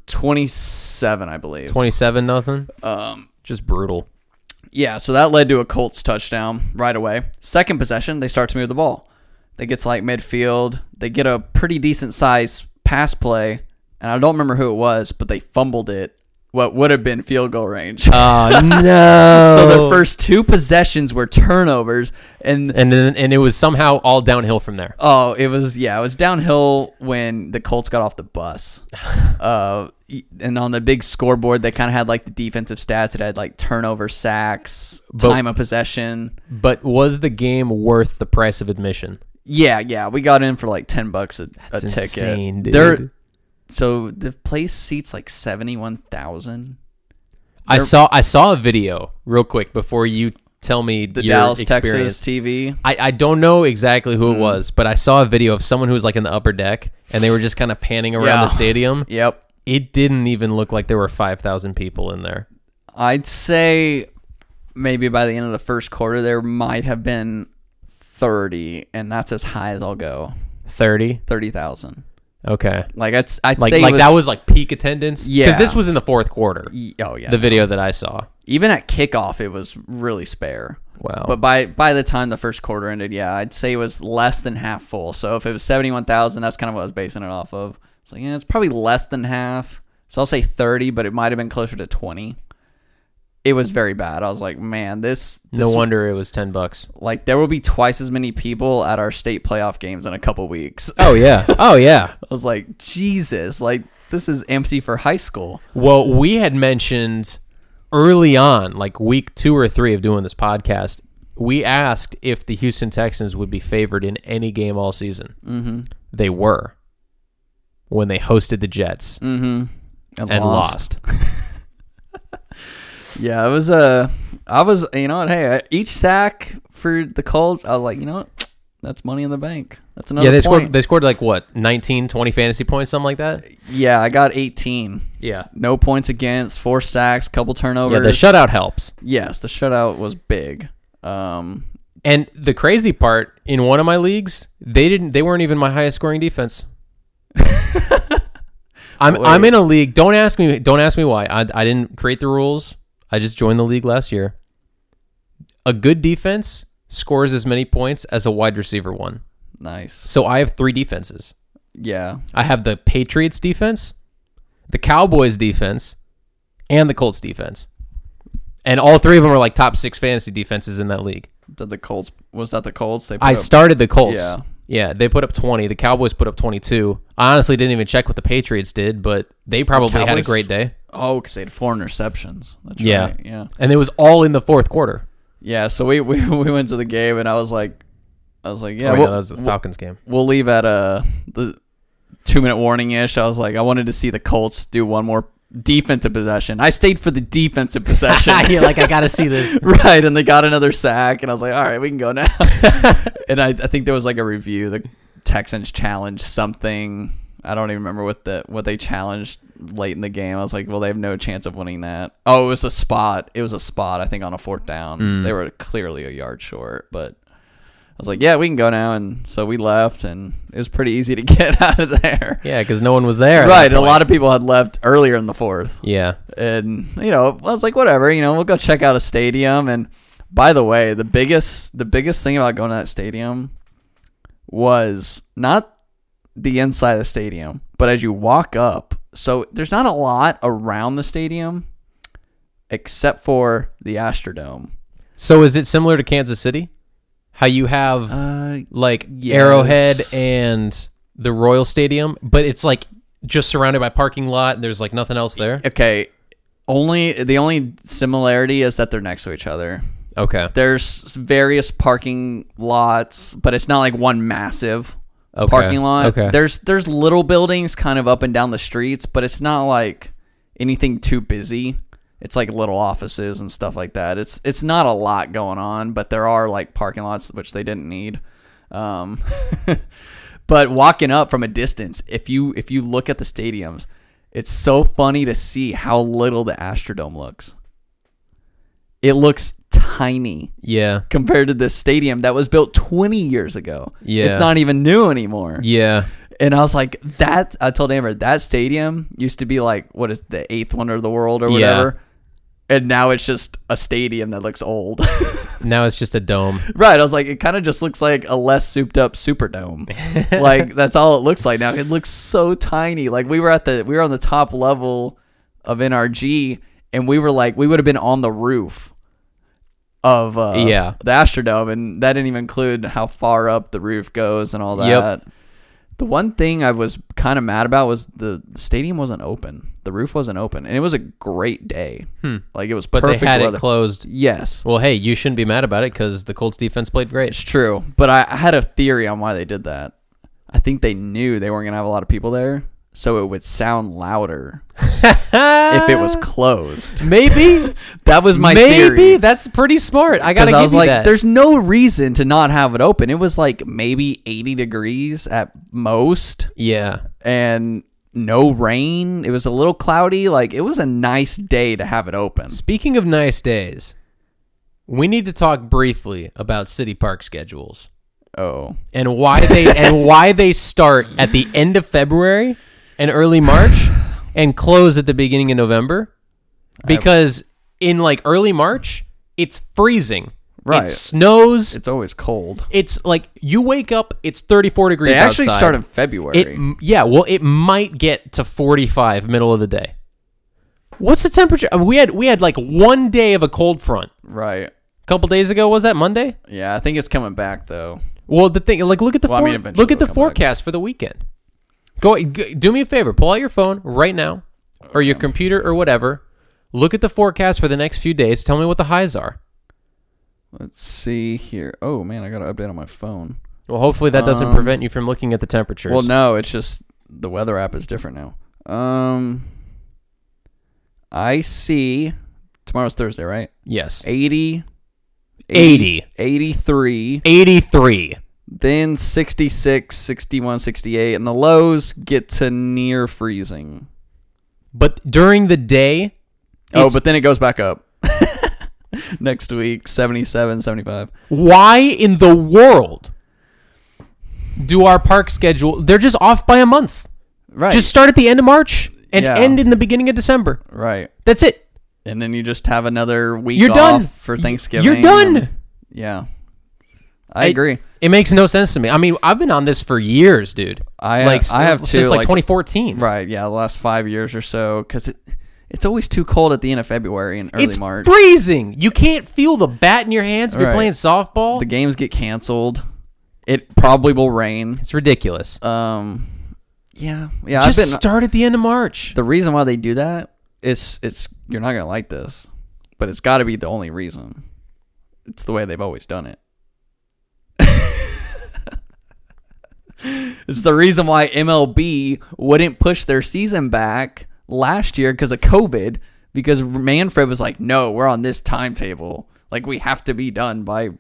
A: 27, I believe.
B: 27 nothing?
A: Um,
B: Just brutal.
A: yeah, so that led to a Colts touchdown right away. Second possession, they start to move the ball. They get to like midfield. They get a pretty decent size pass play, and I don't remember who it was, but they fumbled it what would have been field goal range.
B: Uh, no.
A: so their first two possessions were turnovers, and
B: and then and it was somehow all downhill from there.
A: Oh, it was yeah, it was downhill when the Colts got off the bus. Uh, and on the big scoreboard, they kind of had like the defensive stats. It had like turnover, sacks,
B: But-
A: time of possession.
B: But was the game worth the price of admission?
A: Yeah, yeah, we got in for like ten bucks a, a
B: That's
A: ticket.
B: insane, dude.
A: They're- so the place seats like seventy one thousand.
B: I
A: they're-
B: saw I saw a video real quick before you tell me
A: The
B: your
A: Dallas
B: experience.
A: Texas Mm. TV.
B: I, I don't know exactly who it was, but I saw a video of someone who was like in the upper deck and they were just kind of panning around
A: Yeah.
B: the stadium.
A: Yep,
B: It didn't even look like there were 5,000 people in there.
A: I'd say maybe by the end of the first quarter, there might have been thirty, and that's as high as I'll go.
B: 30.
A: Thirty thousand.
B: Okay.
A: Like I'd, I'd
B: Like
A: say it
B: like that was like peak attendance
A: Yeah.
B: this was in the fourth quarter.
A: Y- oh yeah.
B: The video that I saw.
A: Even at kickoff, it was really spare.
B: Wow.
A: But by by the time the first quarter ended, yeah, I'd say it was less than half full. So if it was seventy one thousand, that's kind of what I was basing it off of. It's like yeah, it's probably less than half. So I'll say thirty, but it might have been closer to twenty. It was very bad. I was like, man, this, this
B: no wonder it was 10 bucks.
A: like there will be twice as many people at our state playoff games in a couple weeks. I
B: Oh yeah. Oh yeah.
A: was like, Jesus, like this is empty for high school.
B: Well, we had mentioned early on, like week two or three of doing this podcast, we asked if the Houston Texans would be favored in any game all season. Mm-hmm. They were when they hosted the Jets
A: Mm-hmm.
B: and Mm, lost.
A: Yeah, it was uh, I was you know what, hey, uh, each sack for the Colts, I was like, you know what, that's money in the bank. That's another
B: Yeah, they
A: point.
B: scored, they scored like what, 19, 20 fantasy points, something like that?
A: yeah, I got 18.
B: Yeah.
A: No points against, four sacks, couple
B: Yeah,
A: turnovers.
B: the shutout helps.
A: yes, the shutout was big. Um,
B: And the crazy part in one of my leagues, they didn't they weren't even my highest scoring defense. I'm I'm in a league. Don't ask me don't ask me why. I I didn't create the rules. I just joined the league last year. A good defense scores as many points as a wide receiver one.
A: nice.
B: So I have three defenses.
A: Yeah.
B: I have the Patriots defense, the Cowboys defense, and the Colts defense. And all three of them are like top 6 fantasy defenses in that league.
A: Did the Colts was that the Colts? They put
B: I
A: up-
B: started the Colts.
A: Yeah.
B: Yeah. they put up 20. The Cowboys put up 22. I honestly didn't even check what the Patriots did, but they probably had a
A: Cowboys-
B: great day.
A: Oh, because they had four interceptions. That's
B: Yeah.
A: right. Yeah.
B: And it was all in the fourth quarter.
A: Yeah. So we, we we went to the game and I was like, I was like, yeah,
B: oh, wait,
A: well-
B: no, that was the Falcons game.
A: we'll leave at uh the two minute warning ish. I was like, I wanted to see the Colts do one more defensive possession. I stayed for the defensive possession.
B: like, I got to see this.
A: right, and they got another sack and I was like, All right, we can go now. and I, I think there was like a review, the Texans challenged something. I don't even remember what the what they challenged late in the game. I was like, well, they have no chance of winning that. Oh, it was a spot. It was a spot. I think on a fourth down, they were clearly a yard short. But I was like, yeah, we can go now. And so we left, and it was pretty easy to get out of there.
B: Yeah, because no one was there. at that
A: Right, a
B: point.
A: lot of people had left earlier in the fourth,
B: Yeah.
A: and you know, I was like, whatever, you know, we'll go check out a stadium. And by the way, the biggest the biggest thing about going to that stadium was not the inside of the stadium, but as you walk up, so there's not a lot around the stadium except for the Astrodome.
B: So is it similar to Kansas City? How you have
A: Uh,
B: like
A: yes.
B: Arrowhead and the Royal Stadium, but it's like just surrounded by parking lot and there's like nothing else there?
A: okay, only the only similarity is that they're next to each other.
B: Okay.
A: There's various parking lots, but it's not like one massive
B: Okay.
A: parking lot.
B: Okay.
A: There's there's little buildings kind of up and down the streets, but it's not like anything too busy. It's like little offices and stuff like that. It's it's not a lot going on, but there are like parking lots which they didn't need. Um, but walking up from a distance, if you if you look at the stadiums, it's so funny to see how little the Astrodome looks. It looks tiny
B: Yeah.
A: compared to this stadium that was built 20 years ago.
B: Yeah.
A: It's not even new anymore.
B: Yeah.
A: And I was like, that, I told Amber, that stadium used to be like, what is the eighth wonder of the world or
B: Yeah.
A: whatever. And now it's just a stadium that looks old.
B: Now it's just a dome.
A: right. I was like, it kind of just looks like a less souped up Superdome. like, that's all it looks like now. It looks so tiny. Like, we were at the, we were on the top level of NRG, and we were like, we would have been on the roof of uh,
B: Yeah.
A: the Astrodome, and that didn't even include how far up the roof goes and all
B: Yep.
A: that. The one thing I was kind of mad about was the the stadium wasn't open. The roof wasn't open, and it was a great day. Like it was
B: Hmm. But
A: perfect
B: they had
A: weather.
B: it closed.
A: yes,
B: Well, hey, you shouldn't be mad about it because the Colts defense played great.
A: it's true. But I, I had a theory on why they did that. I think they knew they weren't gonna have a lot of people there, so it would sound louder if it was closed.
B: maybe,
A: That was my
B: Uh, maybe
A: theory.
B: that's pretty smart. I gotta
A: Because
B: give
A: I was
B: you
A: like,
B: that.
A: there's no reason to not have it open. It was like maybe 80 degrees at most
B: yeah,
A: and no rain. It was a little cloudy. Like, it was a nice day to have it open.
B: Speaking of nice days, we need to talk briefly about city park schedules
A: Oh.
B: and why they and why they start at the end of February and early March and close at the beginning of November because in like early March it's freezing.
A: Right.
B: It snows. It's,
A: It's always cold.
B: like you wake up it's 34 degrees
A: They actually
B: outside.
A: start in February.
B: It m- yeah, well, it might get to 45 middle of the day. What's the temperature? I mean, we had we had like one day of a cold front
A: right.
B: a couple days ago. Was that Monday?
A: Yeah, I think it's coming back, though.
B: Well, the thing, like, look at the
A: Well, I
B: for-
A: mean, eventually
B: look at the
A: it'll come back.
B: forecast for the weekend. Go, g- do me a favor, pull out your phone right now, or your computer, or whatever. Look at the forecast for the next few days. Tell me what the highs are.
A: Let's see here. Oh, man, I got to update on my phone.
B: Well, hopefully that doesn't
A: Um,
B: prevent you from looking at the temperatures.
A: Well, no, it's just the weather app is different now. Um, I see. Tomorrow's Thursday, right?
B: Yes,
A: 80,
B: 80,
A: 83,
B: 83.
A: then 66, 61, 68, and the lows get to near freezing.
B: But during the day,
A: oh,
B: It's-
A: but then it goes back up. Next week, 77, 75.
B: Why in the world do our park schedule? They're just off by a month.
A: Right.
B: Just start at the end of March and
A: Yeah.
B: end in the beginning of December.
A: right.
B: That's it.
A: And then you just have another week
B: You're
A: off
B: done.
A: for
B: Y-
A: Thanksgiving.
B: you're done.
A: and- yeah. I
B: It-
A: agree.
B: It makes no sense to me. I mean, I've been on this for years, dude.
A: I- uh,
B: like
A: I have
B: since
A: too,
B: like,
A: like-
B: 2014.
A: Right, yeah, the last five years or so, because it, it's always too cold at the end of February and early
B: It's
A: March.
B: freezing. You can't feel the bat in your hands if you're
A: Right.
B: playing softball.
A: the games get canceled. It probably will rain.
B: it's ridiculous.
A: Um, yeah, yeah.
B: just
A: I've been,
B: start at the end of March.
A: the reason why they do that is it's you're not gonna like this, but it's got to be the only reason. It's the way they've always done it. it's the reason why MLB wouldn't push their season back last year because of COVID. Because Manfred was like, "No, we're on this timetable. Like we have to be done by
B: By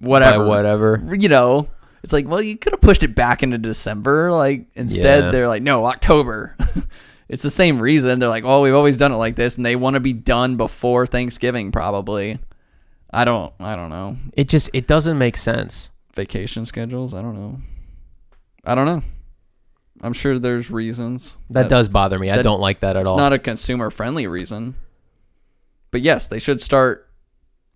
A: whatever."
B: whatever.
A: you know, it's like, well, you could have pushed it back into December. Like, instead,
B: Yeah.
A: they're like, no, October. it's the same reason. They're like, oh, we've always done it like this, and they want to be done before Thanksgiving, probably. I don't, I don't know.
B: It just it doesn't make sense.
A: Vacation schedules. I don't know. I don't know. I'm sure there's reasons.
B: That, does bother me. I
A: that-
B: don't like that at
A: It's
B: all.
A: not a consumer friendly reason. But yes, they should start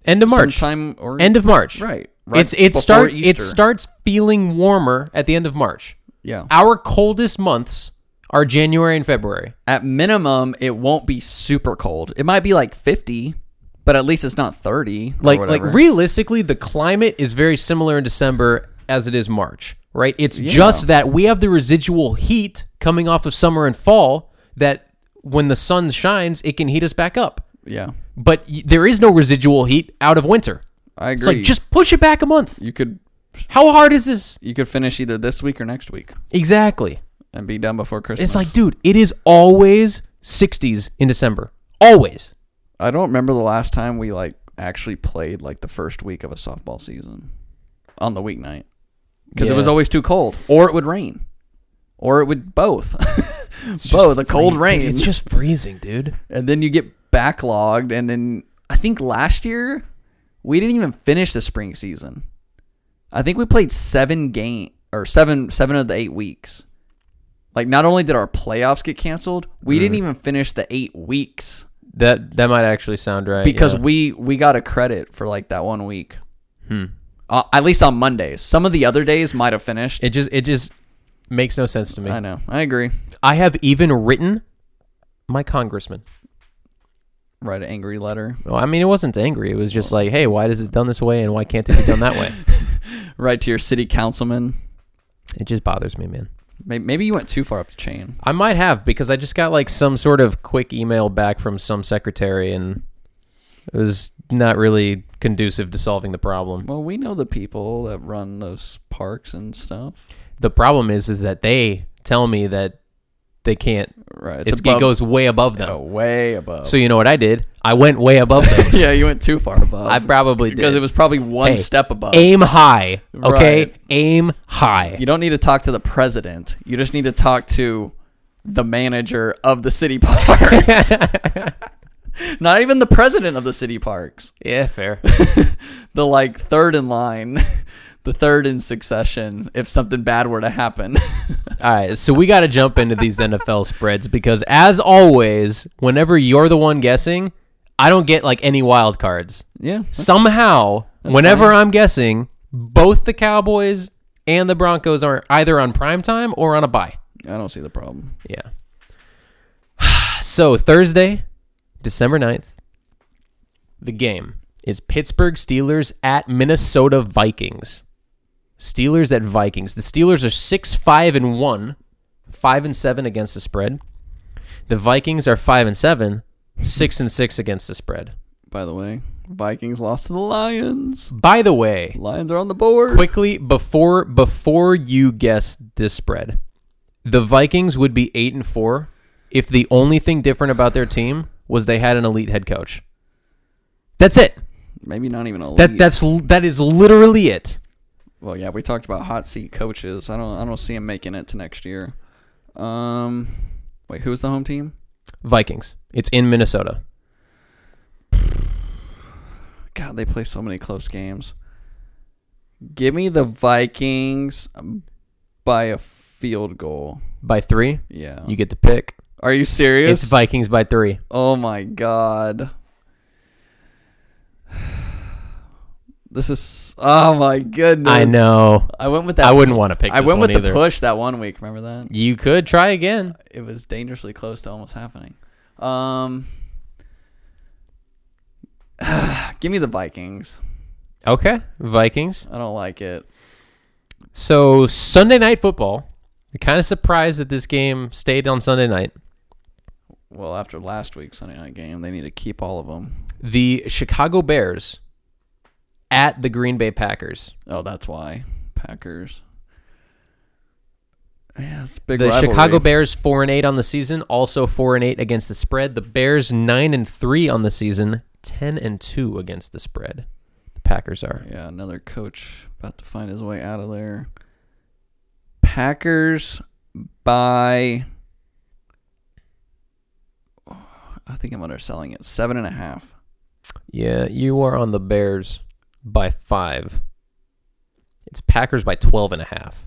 B: end of March.
A: sometime or
B: End of March.
A: right.
B: it's it
A: before
B: start it
A: Easter.
B: starts feeling warmer at the end of March.
A: yeah.
B: Our coldest months are January and February.
A: at minimum it won't be super cold it might be like 50 but at least it's not 30 or
B: Like like
A: whatever.
B: realistically the climate is very similar in December as it is March, right? It's just that we have the residual heat coming off of summer and fall that when the sun shines it can heat us back up.
A: yeah
B: But y- there is no residual heat out of winter.
A: i
B: It's
A: agree
B: like just push it back a month.
A: you could
B: How hard is this?
A: you could finish either this week or next week
B: Exactly.
A: and be done before christmas
B: It's like, dude, it is always 60s in December. Always.
A: i don't remember the last time we like actually played like the first week of a softball season on the weeknight because
B: Yeah.
A: it was always too cold or it would rain or it would both both the cold rain
B: It's just freezing, dude.
A: and then you get backlogged and then i think last year we didn't even finish the spring season i think we played seven game or seven seven of the eight weeks like not only did our playoffs get canceled we didn't
B: Mm-hmm.
A: even finish the eight weeks
B: That that might actually sound right.
A: because
B: yeah.
A: we we got a credit for like that one week
B: Hmm.
A: uh, at least on mondays some of the other days might have finished
B: it just it just makes no sense to me.
A: i know i agree
B: I have even written my congressman.
A: Write an angry letter.
B: Well, I mean, it wasn't angry. It was just like, hey, why does it done this way and why can't it be done that way?
A: Write to your city councilman.
B: It just bothers me, man.
A: May- Maybe you went too far up the chain.
B: I might have because I just got like some sort of quick email back from some secretary and it was not really conducive to solving the problem.
A: Well, we know the people that run those parks and stuff.
B: The problem is is that they tell me that they can't
A: Right.
B: it's,
A: above,
B: it goes way above them.
A: uh, way above.
B: So you know what I did? I went way above them.
A: yeah, you went too far above.
B: I probably
A: because
B: did.
A: it was probably one
B: Hey,
A: step above.
B: Aim high, okay?
A: Right.
B: Aim high.
A: You don't need to talk to the president. You just need to talk to the manager of the city parks. Not even the president of the city parks.
B: Yeah, fair.
A: The like third in line, the third in succession if something bad were to happen.
B: All right, so we got to jump into these NFL spreads because, as always, whenever you're the one guessing, I don't get like any wild cards.
A: yeah.
B: Somehow, whenever I'm guessing, both the Cowboys and the Broncos are either on prime time or on a bye.
A: I don't see the problem.
B: Yeah. So Thursday, December 9th, the game is Pittsburgh Steelers at Minnesota Vikings. Steelers at Vikings. The Steelers are 6 5 and 1, 5 and 7 against the spread. The Vikings are 5 and 7, 6 and 6 against the spread.
A: By the way, Vikings lost to the Lions.
B: By the way,
A: Lions are on the board.
B: quickly before before you guess this spread the vikings would be 8 and 4 if the only thing different about their team was they had an elite head coach that's it
A: Maybe not even a
B: that that's that is literally it
A: Well, yeah, we talked about hot seat coaches. I don't I don't see him making it to next year. Um wait, who's the home team?
B: vikings it's in minnesota
A: God, they play so many close games. Give me the Vikings by a field goal.
B: by 3
A: Yeah.
B: you get to pick
A: Are you serious?
B: it's vikings by 3
A: oh my god. This is oh my goodness.
B: i know
A: I went with that
B: i wouldn't want to pick
A: I
B: this
A: went
B: one
A: with
B: either.
A: the push that one week, remember that?
B: you could try again
A: it was dangerously close to almost happening. Um, give me the Vikings.
B: okay vikings
A: I don't like it.
B: So Sunday night football. I'm kind of surprised that this game stayed on Sunday night.
A: Well, after last week's Sunday night game, they need to keep all of them.
B: The Chicago Bears at the Green Bay Packers.
A: Oh, that's why Packers. Yeah, it's a big.
B: the
A: rivalry.
B: Chicago Bears four and eight on the season, also four and eight against the spread. The Bears nine and three on the season, ten and two against the spread. The Packers are.
A: Yeah, another coach about to find his way out of there. Packers by. I think I'm underselling it. Seven and a half.
B: Yeah, you are on the Bears by five. It's Packers by twelve and a half.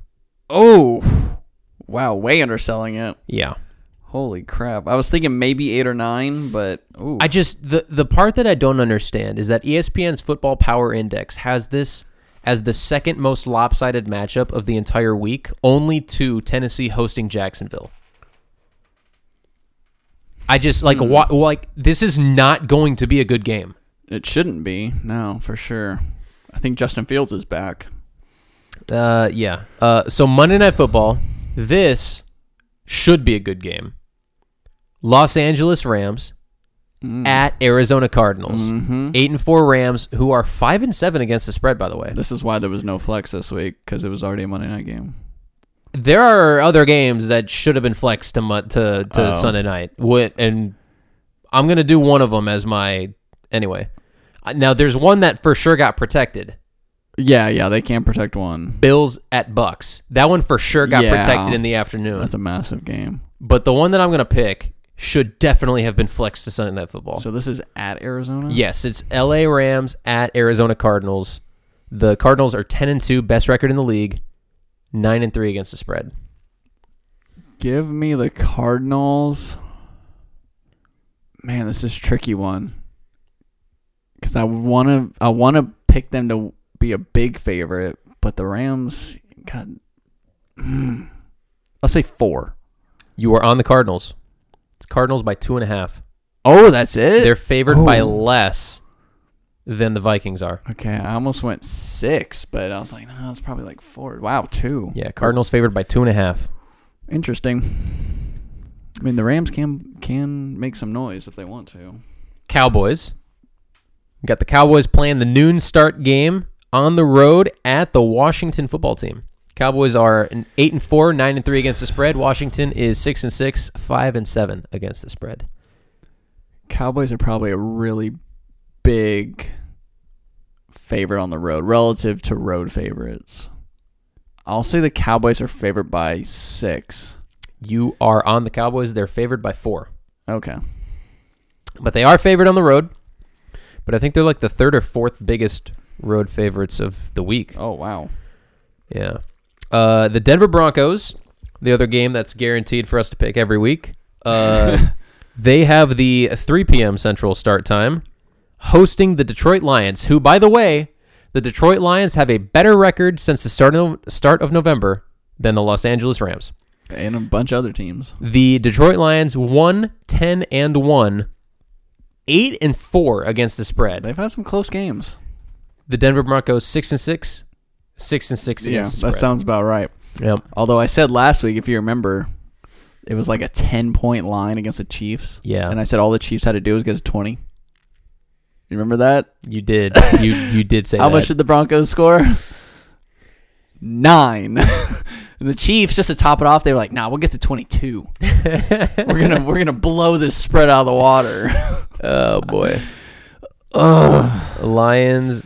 A: Oh, wow, way underselling it.
B: Yeah.
A: Holy crap! I was thinking maybe eight or nine, but ooh,
B: I just the the part that I don't understand is that E ESPN's Football Power Index has this as the second most lopsided matchup of the entire week, only to Tennessee hosting Jacksonville. I just like wa- like this is not going to be a good game.
A: it shouldn't be. No, for sure. I think Justin Fields is back.
B: Uh, yeah. Uh, so Monday Night Football, this should be a good game. Los Angeles Rams at Arizona Cardinals. Eight and four Rams, who are five and seven against the spread. By the way,
A: This is why there was no flex this week because it was already a Monday night game.
B: there are other games that should have been flexed to mon- to, to
A: Oh.
B: Sunday night. What and I'm gonna do one of them as my anyway. Uh, Now there's one that for sure got protected.
A: Yeah, yeah, they can't protect one.
B: Bills at Bucks. That one for sure got
A: Yeah.
B: protected in the afternoon.
A: That's a massive game.
B: But the one that I'm going to pick should definitely have been flexed to Sunday Night Football.
A: So this is at Arizona.
B: yes, it's L.A. Rams at Arizona Cardinals. The Cardinals are 10 and 2, best record in the league, 9 and 3 against the spread.
A: Give me the Cardinals. Man, this is a tricky one. Cuz I want to I want to pick them to be a big favorite, but the Rams god. I'll say 4.
B: You are on the Cardinals. It's Cardinals by two and a half.
A: Oh, that's it.
B: They're favored by
A: Oh.
B: less than the Vikings are.
A: okay, I almost went six, but I was like, no, it's probably like four. Wow, two.
B: Yeah, Cardinals favored by two and a half.
A: Interesting. I mean, the Rams can can make some noise if they want to.
B: Cowboys. Got the Cowboys playing the noon start game on the road at the Washington football team. Cowboys are an eight and four, nine and three against the spread. Washington is six and six, five and seven against the spread.
A: Cowboys are probably a really big favorite on the road relative to road favorites. I'll say the Cowboys are favored by six.
B: You are on the Cowboys. They're favored by four,
A: Okay.
B: but they are favored on the road. But I think they're like the third or fourth biggest road favorites of the week.
A: Oh wow.
B: Yeah. Uh, the Denver Broncos, the other game that's guaranteed for us to pick every week. Uh, they have the 3 p.m. Central start time, hosting the Detroit Lions, who, by the way, the Detroit Lions have a better record since the start of, start of November than the Los Angeles Rams.
A: And a bunch of other teams.
B: The Detroit Lions won 10 and 1, 8 and 4 against the spread.
A: They've had some close games.
B: The Denver Broncos 6 and 6, 6 and 6
A: Yeah,
B: against the
A: that
B: spread.
A: sounds about right.
B: yep.
A: Although I said last week, if you remember, it was like a ten point line against the Chiefs.
B: Yeah.
A: And I said all the Chiefs had to do was get to twenty. You remember that?
B: You did. You you did say
A: How
B: that.
A: much did the Broncos score? Nine. And the Chiefs, just to top it off, they were like, "Nah, we'll get to twenty-two. we're gonna we're gonna blow this spread out of the water."
B: oh boy. Lions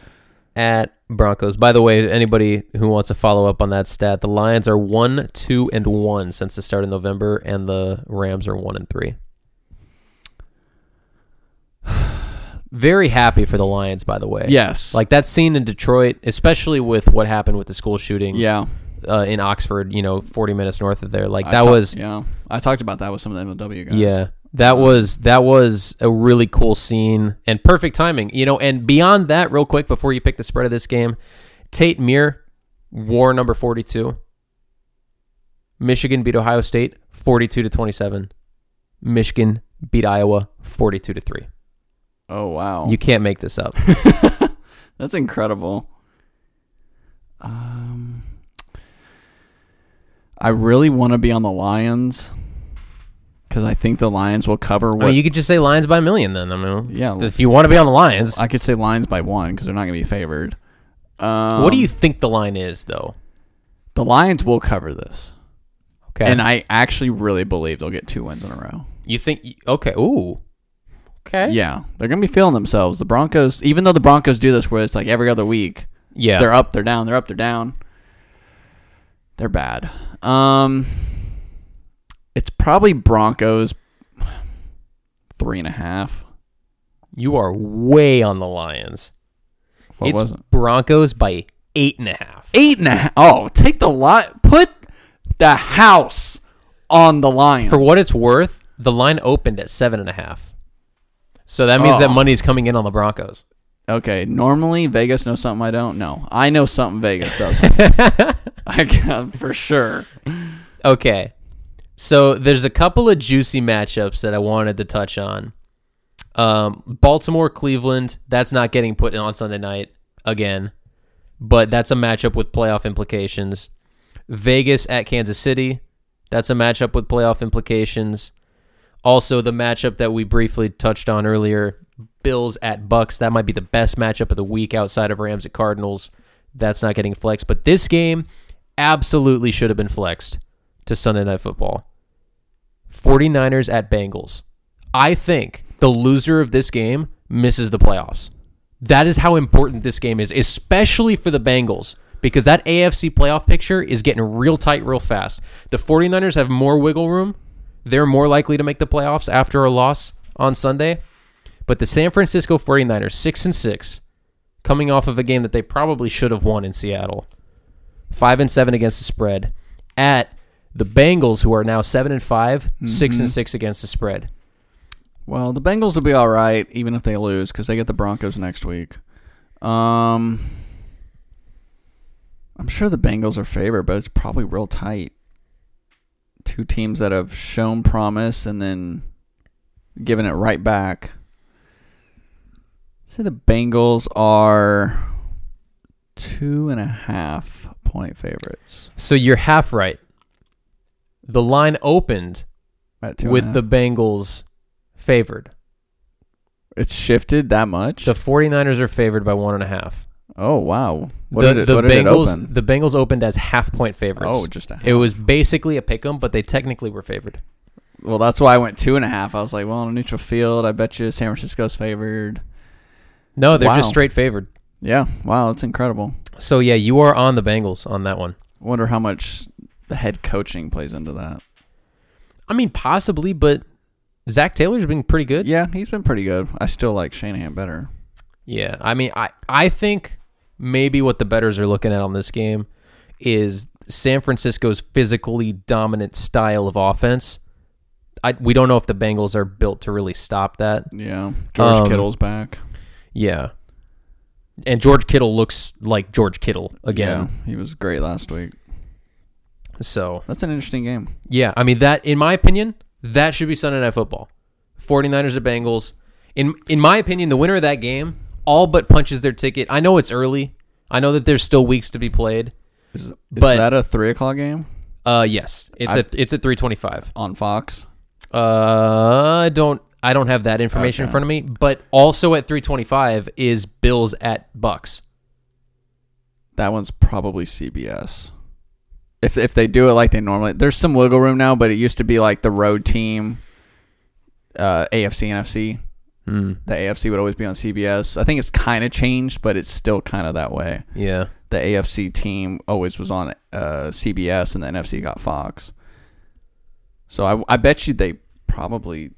B: at Broncos. By the way, anybody who wants to follow up on that stat, the Lions are one, two, and one since the start of November, and the Rams are one and three. Very happy for the Lions, by the way.
A: yes.
B: Like that scene in Detroit, especially with what happened with the school shooting
A: yeah,
B: uh, in Oxford, you know, 40 minutes north of there. Like
A: I
B: that
A: ta-
B: was
A: yeah. I talked about that with some of the MLW guys. Um,
B: Yeah. That was that was a really cool scene and perfect timing. You know, and beyond that, real quick before you pick the spread of this game, Tate Muir war number 42. Michigan beat Ohio State 42 to 27. Michigan beat Iowa 42 to 3.
A: Oh wow,
B: You can't make this up.
A: that's incredible. Um, I really want to be on the Lions because I think the Lions will cover. What
B: I mean, you could just say Lions by a million then. I mean,
A: Yeah.
B: if you want to be on the Lions.
A: I could say Lions by one because they're not going to be favored. Um,
B: what do you think the line is though?
A: The Lions will cover this,
B: Okay.
A: and I actually really believe they'll get two wins in a row.
B: you think okay, ooh. Okay.
A: Yeah, they're going to be feeling themselves. The Broncos, even though the Broncos do this where it's like every other week,
B: Yeah.
A: they're up, they're down, they're up, they're down. They're bad. Um, it's probably Broncos three and a half.
B: You are way on the Lions.
A: What
B: it's
A: was it?
B: Broncos by eight and a half.
A: Eight and a half. Oh, take the lot. Put the house on the Lions
B: For what it's worth, the line opened at seven and a half. So that means that
A: Oh.
B: money's coming in on the Broncos.
A: Okay, normally Vegas knows something I don't know. I know something Vegas does. I can, for sure.
B: Okay. So there's a couple of juicy matchups that I wanted to touch on. Um, Baltimore, Cleveland, that's not getting put in on Sunday night again, but that's a matchup with playoff implications. Vegas at Kansas City, that's a matchup with playoff implications. Also, the matchup that we briefly touched on earlier, Bills at Bucks, that might be the best matchup of the week outside of Rams at Cardinals. That's not getting flexed, but this game absolutely should have been flexed to Sunday Night Football. 49ers at Bengals. I think the loser of this game misses the playoffs. That is how important this game is, especially for the Bengals, because that AFC playoff picture is getting real tight real fast. The 49ers have more wiggle room. They're more likely to make the playoffs after a loss on Sunday. But the San Francisco 49ers, 6 and 6, coming off of a game that they probably should have won in Seattle five and seven against the spread at the Bengals, who are now seven and 5 six and six against the spread.
A: Well, the Bengals will be all right, even if they lose, because they get the Broncos next week. Um, I'm sure the Bengals are favored, but it's probably real tight. Two teams that have shown promise and then giving it right back. Say the Bengals are two and a half point favorites
B: So you're half right. The line opened
A: at two. and a
B: with
A: half.
B: the Bengals favored.
A: it's shifted that much.
B: The 49ers are favored by one and a half.
A: oh wow! What
B: the
A: did it,
B: the
A: what did it
B: Bengals
A: open?
B: the Bengals opened as half point favorites.
A: Oh, just a half.
B: it was basically a pick 'em, but they technically were favored.
A: Well, that's why I went two and a half. I was like, well, on a neutral field, I bet you San Francisco's favored.
B: No, they're
A: Wow.
B: just straight favored.
A: Yeah, wow, that's incredible.
B: So yeah, you are on the Bengals on that one.
A: Wonder how much the head coaching plays into that.
B: I mean, possibly, but Zach Taylor's been pretty good.
A: Yeah, he's been pretty good. I still like Shanahan better.
B: Yeah, I mean, I I think maybe what the betters are looking at on this game is San Francisco's physically dominant style of offense. I we don't know if the Bengals are built to really stop that.
A: Yeah, George
B: Um,
A: Kittle's back
B: Yeah, and George Kittle looks like George Kittle again.
A: Yeah, he was great last week.
B: So
A: That's an interesting game.
B: yeah, I mean that in my opinion that should be Sunday Night Football. 49ers or Bengals. In in my opinion, the winner of that game all but punches their ticket. I know it's early. I know that there's still weeks to be played.
A: Is, is
B: But-
A: that a three o'clock game
B: Uh, yes, it's
A: I-
B: at it's at three twenty five.
A: on Fox?
B: Uh, I don't I don't have that information in
A: Okay.
B: front of me, but also at three twenty five is Bills at Bucks.
A: That one's probably CBS. If if they do it like they normally, there's some wiggle room now, but it used to be like the road team, uh, AFC and NFC. The AFC would always be on CBS. I think it's kind of changed, but it's still kind of that way.
B: Yeah,
A: The AFC team always was on uh, CBS, and the NFC got Fox. So I, I bet you they probably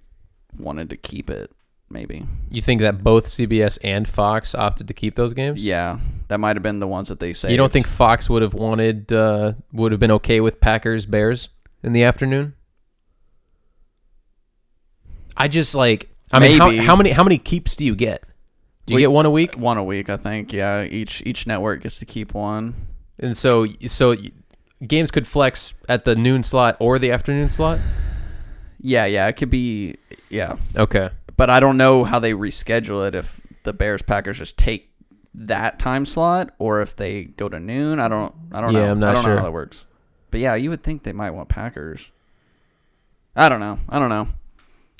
A: wanted to keep it, maybe.
B: you think that both CBS and Fox opted to keep those games?
A: Yeah, that might have been the ones that they say.
B: You don't think Fox would have wanted uh, would have been okay with Packers Bears in the afternoon? I just like I mean how,
A: Maybe.
B: how many how many keeps do you get? Do you
A: We-
B: get one a week?
A: one a week? I think. Yeah, each each network gets to keep one.
B: And so, so games could flex at the noon slot or the afternoon slot.
A: Yeah, yeah, it could be. Yeah,
B: Okay.
A: but I don't know how they reschedule it if the Bears Packers just take that time slot or if they go to noon. I don't. I don't
B: Yeah,
A: know.
B: I'm not
A: I don't
B: sure.
A: know how that works. But yeah, you would think they might want Packers. I don't know. I don't know.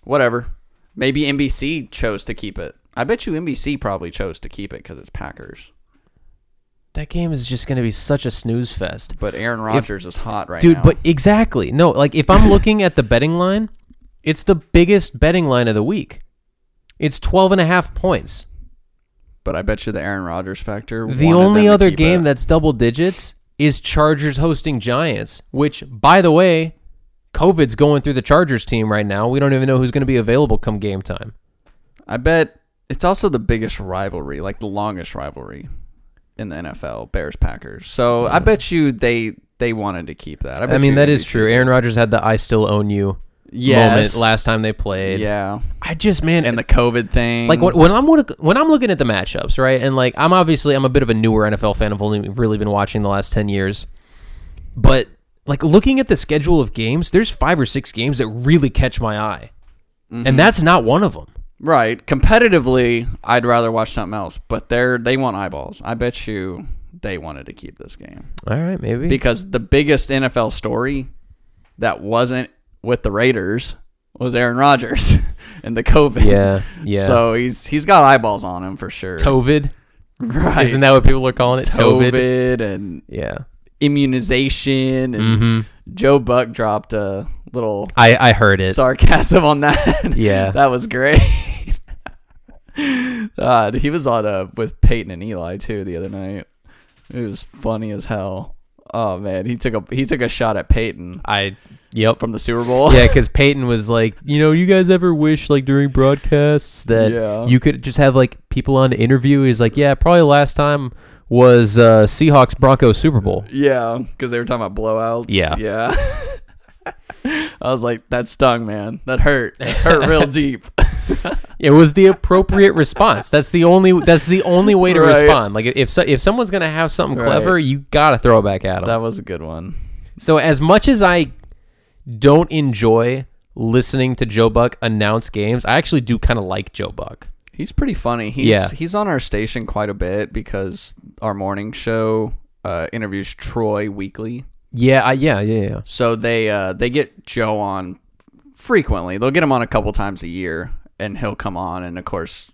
A: Whatever. Maybe NBC chose to keep it. I bet you NBC probably chose to keep it because it's Packers.
B: That game is just going to be such a snooze fest,
A: But Aaron Rodgers is hot right
B: dude.
A: now.
B: But exactly, no. Like if I'm looking at the betting line, it's the biggest betting line of the week. It's 12 and a half points.
A: But I bet you the Aaron Rodgers factor.
B: The
A: wanted them
B: only
A: to
B: other
A: keep
B: game
A: it.
B: that's double digits is Chargers hosting Giants, which, by the way, COVID's going through the Chargers team right now. We don't even know who's going to be available come game time.
A: I bet it's also the biggest rivalry, like the longest rivalry in the NFL, Bears Packers. So I bet you they they wanted to keep that. I,
B: I
A: bet
B: mean,
A: you
B: that is
A: NBC
B: true. Aaron Rodgers had the "I still own you"
A: Yes.
B: moment last time they played.
A: Yeah,
B: I just man,
A: and the COVID thing.
B: like when, when I'm look- when I'm looking at the matchups, right? And like I'm obviously I'm a bit of a newer NFL fan. I've only really been watching the last ten years, but like looking at the schedule of games, there's five or six games that really catch my eye,
A: Mm-hmm.
B: and that's not one of them.
A: Right. Competitively, I'd rather watch something else, but they're they want eyeballs. I bet you they wanted to keep this game.
B: All right, maybe
A: because the biggest NFL story that wasn't with the Raiders was Aaron Rodgers and the COVID.
B: Yeah, yeah.
A: So he's he's got eyeballs on him for sure.
B: Tovid.
A: right.
B: Isn't that what people are calling it? Tovid.
A: COVID and
B: Yeah.
A: immunization and
B: hmm
A: Joe Buck dropped a little
B: I I heard it.
A: sarcasm on that.
B: Yeah.
A: that was great. God, he was on uh, with Peyton and Eli too the other night. It was funny as hell. Oh man, he took a he took a shot at Peyton
B: I yep.
A: from the Super Bowl.
B: yeah, because Peyton was like, you know, you guys ever wish like during broadcasts that
A: Yeah.
B: you could just have like people on to interview? He's like, yeah, probably last time was uh, Seahawks Broncos Super Bowl.
A: yeah, because they were talking about blowouts.
B: Yeah.
A: yeah. I was like, that stung, man. That hurt. That hurt real deep.
B: It was the appropriate response. That's the only. That's the only way to
A: Right.
B: respond. Like if so, if someone's gonna have something
A: Right.
B: clever, you gotta throw it back at them.
A: That was a good one.
B: so as much as I don't enjoy listening to Joe Buck announce games. I actually do kind of like Joe Buck.
A: He's pretty funny. He's
B: Yeah.
A: he's on our station quite a bit because our morning show uh, interviews Troy weekly.
B: Yeah, I, yeah, yeah, yeah.
A: So they uh, they get Joe on frequently. They'll get him on a couple times a year, and he'll come on. And of course,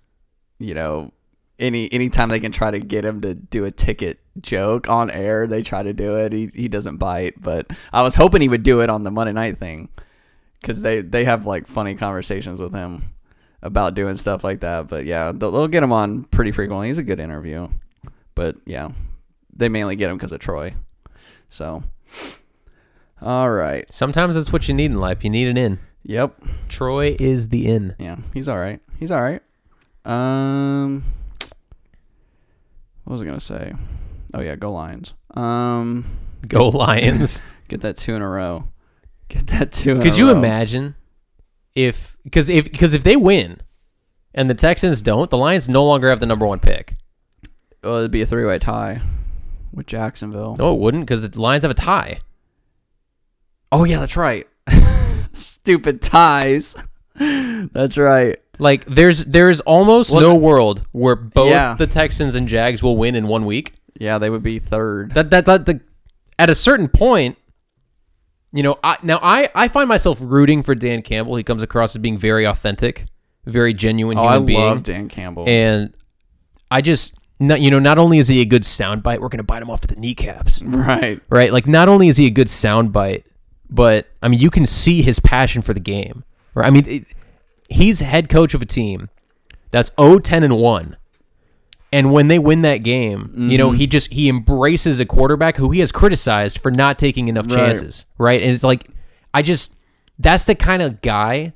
A: you know, any anytime they can try to get him to do a ticket joke on air, they try to do it. He he doesn't bite. But I was hoping he would do it on the Monday night thing because they they have like funny conversations with him about doing stuff like that. But yeah, they'll, they'll get him on pretty frequently. He's a good interview. But yeah, they mainly get him because of Troy. So. All right.
B: Sometimes that's what you need in life. You need an in.
A: Yep.
B: Troy is the in.
A: Yeah. He's all right. He's all right. Um, what was I gonna say? Oh yeah, go Lions. Um,
B: Go Lions.
A: get that two in a row. Get that two. In
B: Could
A: a
B: you
A: row.
B: imagine if because if because if they win and the Texans don't, the Lions no longer have the number one pick.
A: Oh, it'd be a three-way tie with Jacksonville.
B: No, it wouldn't because the Lions have a tie.
A: Oh yeah, that's right. Stupid ties. that's right.
B: Like there's there's almost
A: Well,
B: no world where both
A: Yeah.
B: the Texans and Jags will win in one week.
A: Yeah, they would be third.
B: That that that the at a certain point, you know, I now I I find myself rooting for Dan Campbell. He comes across as being very authentic, very genuine
A: Oh,
B: human
A: I
B: being.
A: love Dan Campbell.
B: and I just not, you know not only is he a good soundbite, we're gonna bite him off at the kneecaps,
A: right.
B: right? Like not only is he a good soundbite, but I mean you can see his passion for the game, right? I mean it, he's head coach of a team that's 0-10 and one, and when they win that game, you know he just he embraces a quarterback who he has criticized for not taking enough
A: Right.
B: chances, right? And it's like I just that's the kind of guy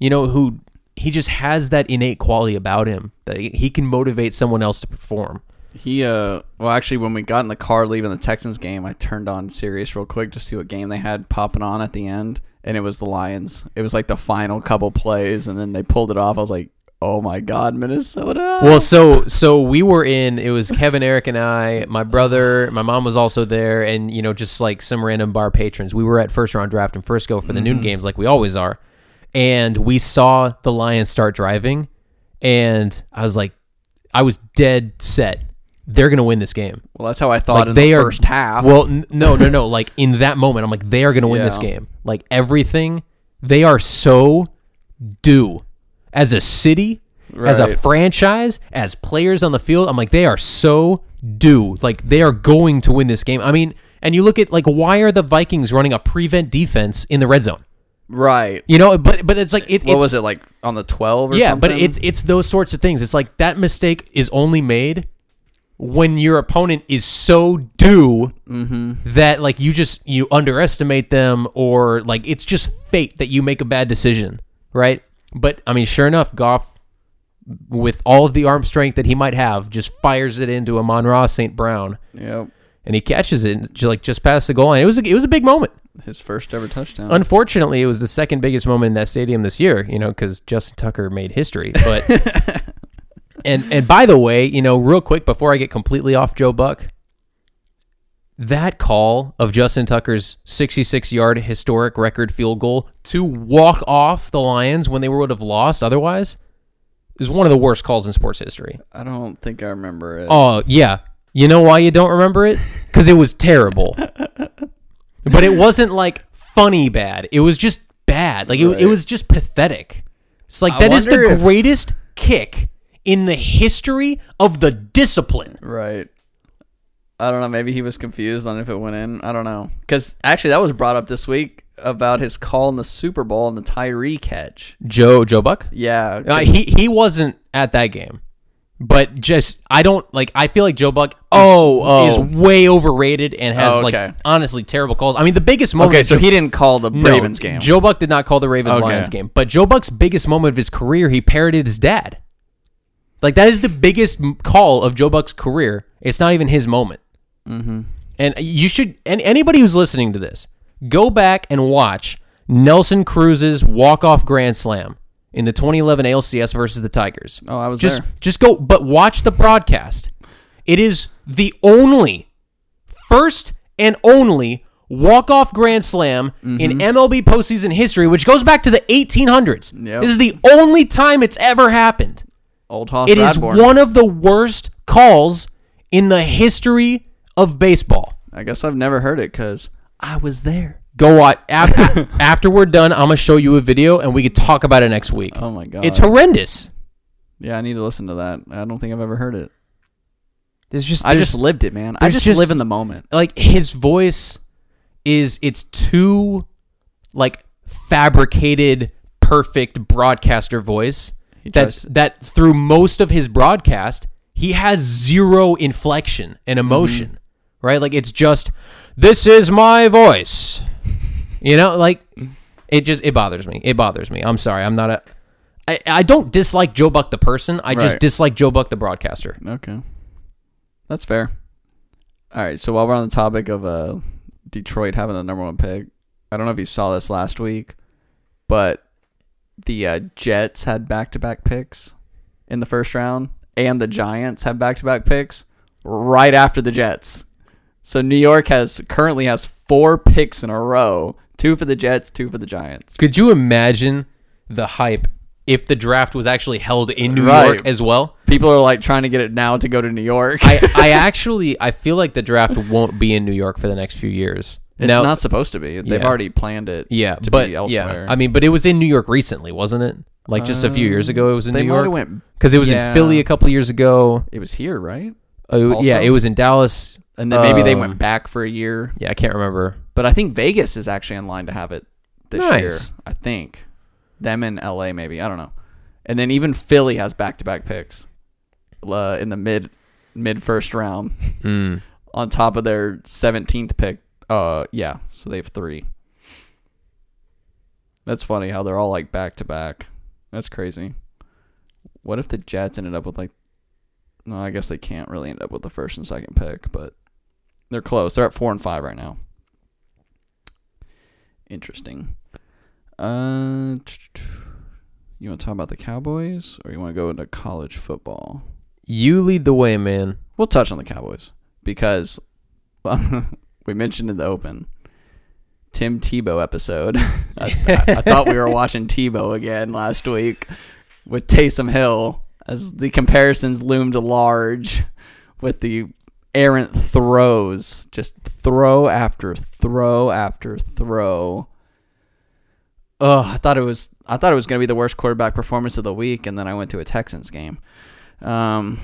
B: you know, who he just has that innate quality about him that he- he can motivate someone else to perform.
A: He uh well actually when we got in the car leaving the Texans game, I turned on Sirius real quick to see what game they had popping on at the end, and it was the Lions. It was like the final couple plays, and then they pulled it off. I was like, oh my god, Minnesota!
B: Well, so so we were in. It was Kevin, Eric, and I. My brother, my mom was also there, and you know, just like some random bar patrons. We were at first round draft in Frisco for the noon games, like we always are. And we saw the Lions start driving, and I was like, I was dead set. They're gonna win this game.
A: Well, that's how I thought
B: Like,
A: in
B: they
A: the
B: are-
A: first half.
B: Well, n- no, no, no. Like in that moment, I'm like, they are going to win this
A: Yeah.
B: game. Like everything, they are so due as a city, as a
A: Right.
B: franchise, as players on the field. I'm like, they are so due. Like they are going to win this game. I mean, and you look at like why are the Vikings running a prevent defense in the red zone?
A: right.
B: You know, but but it's like it,
A: What
B: it's
A: was it like on the twelve? or
B: yeah,
A: something?
B: but it's it's those sorts of things. It's like that mistake is only made when your opponent is so due
A: Mm-hmm.
B: that like you just you underestimate them or like it's just fate that you make a bad decision, right? But I mean, sure enough, Goff, with all of the arm strength that he might have, just fires it into Amon Ross St. Brown,
A: yep.
B: and he catches it ju- like just past the goal line. It was a, it was a big moment.
A: His first ever touchdown.
B: Unfortunately, it was the second biggest moment in that stadium this year, you know, because Justin Tucker made history. But and and by the way, you know, real quick before I get completely off Joe Buck, that call of Justin Tucker's 66 yard historic record field goal to walk off the Lions when they would have lost otherwise is one of the worst calls in sports history.
A: I don't think I remember it.
B: Oh yeah, you know why you don't remember it? Because it was terrible. but it wasn't like funny bad. It was just bad. Like it, it
A: Right.
B: was just pathetic. It's like
A: I
B: that is
A: wonder
B: the
A: if-
B: greatest kick in the history of the discipline.
A: Right. I don't know. Maybe he was confused on if it went in. I don't know. Because actually, that was brought up this week about his call in the Super Bowl and the Tyree catch.
B: Joe Joe Buck.
A: Yeah.
B: Uh, he he wasn't at that game, but just I don't like. I feel like Joe Buck. Is,
A: Oh, oh.
B: is way overrated and has
A: Oh,
B: like
A: okay.
B: honestly terrible calls. I mean, the biggest moment.
A: okay,
B: of
A: so he didn't call the
B: No,
A: Ravens game.
B: Joe Buck did not call the Ravens
A: Okay.
B: Lions game, but Joe Buck's biggest moment of his career, he parroted his dad. Like that is the biggest m- call of Joe Buck's career. It's not even his moment. Mm-hmm. And you should, and anybody who's listening to this, go back and watch Nelson Cruz's walk-off grand slam in the 2011 ALCS versus the Tigers.
A: oh, I was
B: just,
A: there.
B: just go, but watch the broadcast. It is the only, first and only walk off grand slam in
A: Mm-hmm.
B: MLB postseason history, which goes back to the 1800s.
A: Yep.
B: This is the only time it's ever happened.
A: Old Hoss
B: It is
A: Radborn.
B: one of the worst calls in the history of baseball.
A: I guess I've never heard it because I was there.
B: Go watch. After, after we're done, I'm going to show you a video and we can talk about it next week.
A: Oh my god.
B: It's horrendous.
A: yeah, I need to listen to that. I don't think I've ever heard it.
B: There's just,
A: I
B: there's-
A: just lived it, man. I
B: there's
A: just,
B: just-
A: live in the moment.
B: like his voice is it's too like fabricated perfect broadcaster voice
A: He
B: that
A: tries to-
B: that through most of his broadcast he has zero inflection and
A: Mm-hmm.
B: emotion right like it's just this is my voice you know like it just it bothers me it bothers me i'm sorry i'm not a I, I don't dislike Joe Buck the person. I just
A: Right.
B: dislike Joe Buck the broadcaster.
A: Okay. That's fair. All right, so while we're on the topic of uh, Detroit having the number one pick, I don't know if you saw this last week, but the uh, Jets had back to back picks in the first round, and the Giants had back to back picks right after the Jets. So New York has currently has four picks in a row: two for the Jets, two for the Giants.
B: Could you imagine the hype if the draft was actually held in New
A: Right.
B: York as well?
A: People are like trying to get it now to go to New York.
B: I, I actually I feel like the draft won't be in New York for the next few years.
A: it's
B: now,
A: not supposed to be. They've
B: Yeah.
A: already planned it.
B: yeah,
A: to
B: but
A: be
B: yeah,
A: elsewhere.
B: I mean, but it was in New York recently, wasn't it? Like just a few years ago, it was in
A: they
B: New
A: might have
B: York
A: went
B: because it was
A: yeah.
B: in Philly a couple of years ago.
A: It was here, right?
B: Oh yeah,
A: Also?
B: it was in Dallas,
A: And then maybe they went
B: Um,
A: back for a year.
B: Yeah, I can't remember.
A: But I think Vegas is actually in line to have it this
B: Nice.
A: year. I think them in LA maybe. I don't know. And then even Philly has back to back picks uh, in the mid mid first round Hmm.
B: Mm.
A: on top of their seventeenth pick. Uh, yeah. So they have three. That's funny how they're all like back to back. That's crazy. What if the Jets ended up with like? No, I guess they can't really end up with the first and second pick, but they're close. They're at four and five right now. Interesting. Uh, you want to talk about the Cowboys, or you want to go into college football?
B: You lead the way, man.
A: We'll touch on the Cowboys because um, we mentioned in the open Tim Tebow episode. I, I, I thought we were watching Tebow again last week with Taysom Hill as the comparisons loomed large with the errant throws, just throw after throw after throw. Ugh, I thought it was I thought it was going to be the worst quarterback performance of the week, and then I went to a Texans game. Um,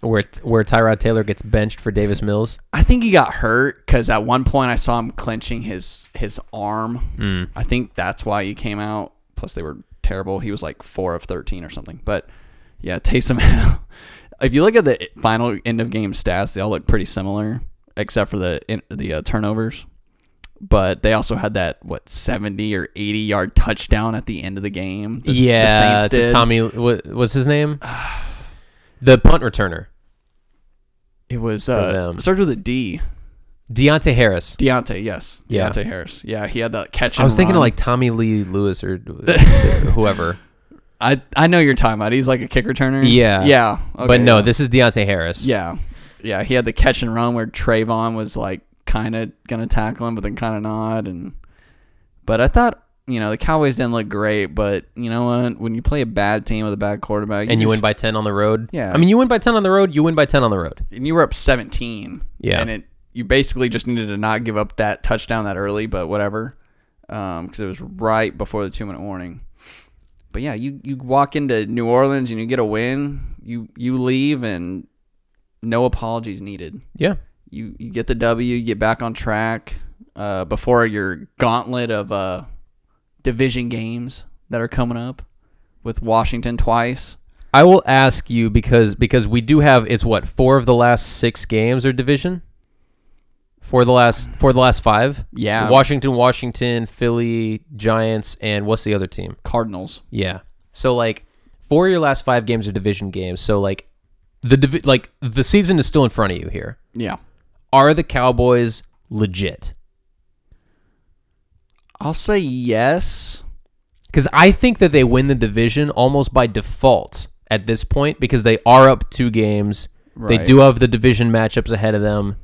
B: Where where Tyrod Taylor gets benched for Davis Mills.
A: I think he got hurt because at one point I saw him clenching his his arm.
B: Mm.
A: I think that's why he came out. Plus they were terrible. He was like four of thirteen or something. But yeah, Taysom Hill. if you look at the final end of game stats, they all look pretty similar except for the in, the uh, turnovers. But they also had that what seventy or eighty yard touchdown at the end of the game. The, s- the
B: yeah,
A: Saints
B: to
A: did.
B: Tommy. What, what's his name? the punt returner,
A: It was uh,
B: them.
A: starts with a D.
B: Deontay Harris.
A: Deontay, yes,
B: Yeah.
A: Deontay Harris. Yeah, he had that catch.
B: I was
A: and
B: thinking of
A: run.
B: like Tommy Lee Lewis or whoever,
A: I I know you're talking about. He's like a kicker turner.
B: Yeah.
A: Yeah. okay,
B: but no,
A: yeah.
B: this is Deontay Harris.
A: Yeah. Yeah. He had the catch and run where Trayvon was like kind of gonna tackle him, but then kind of not. And but I thought you know the Cowboys didn't look great, but you know what? When you play a bad team with a bad quarterback,
B: and you
A: just-
B: win by ten on the road.
A: Yeah.
B: I mean, you win by ten on the road. You win by ten on the road.
A: and you were up 17.
B: Yeah.
A: And it you basically just needed to not give up that touchdown that early, but whatever. Um, 'cause cuz it was right before the 2-minute warning. But yeah, you you walk into New Orleans and you get a win, you you leave and no apologies needed.
B: Yeah,
A: You you get the W, you get back on track uh, before your gauntlet of uh, division games that are coming up with Washington twice.
B: I will ask you because because we do have it's what four of the last six games are division. For the last for the last five,
A: Yeah.
B: Washington, Washington, Philly, Giants, and what's the other team?
A: Cardinals.
B: Yeah. So like four of your last five games are division games. So like the divi- like the season is still in front of you here.
A: Yeah.
B: Are the Cowboys legit?
A: I'll say yes.
B: Because I think that they win the division almost by default at this point because they are up two games. They
A: Right.
B: do have the division matchups ahead of them,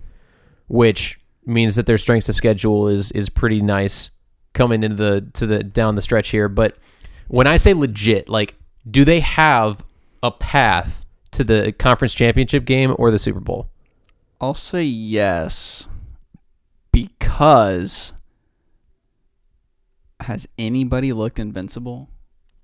B: which means that their strength of schedule is is pretty nice coming into the to the down the stretch here. But when I say legit, like, do they have a path to the conference championship game or the Super Bowl?
A: I'll say yes because has anybody looked invincible?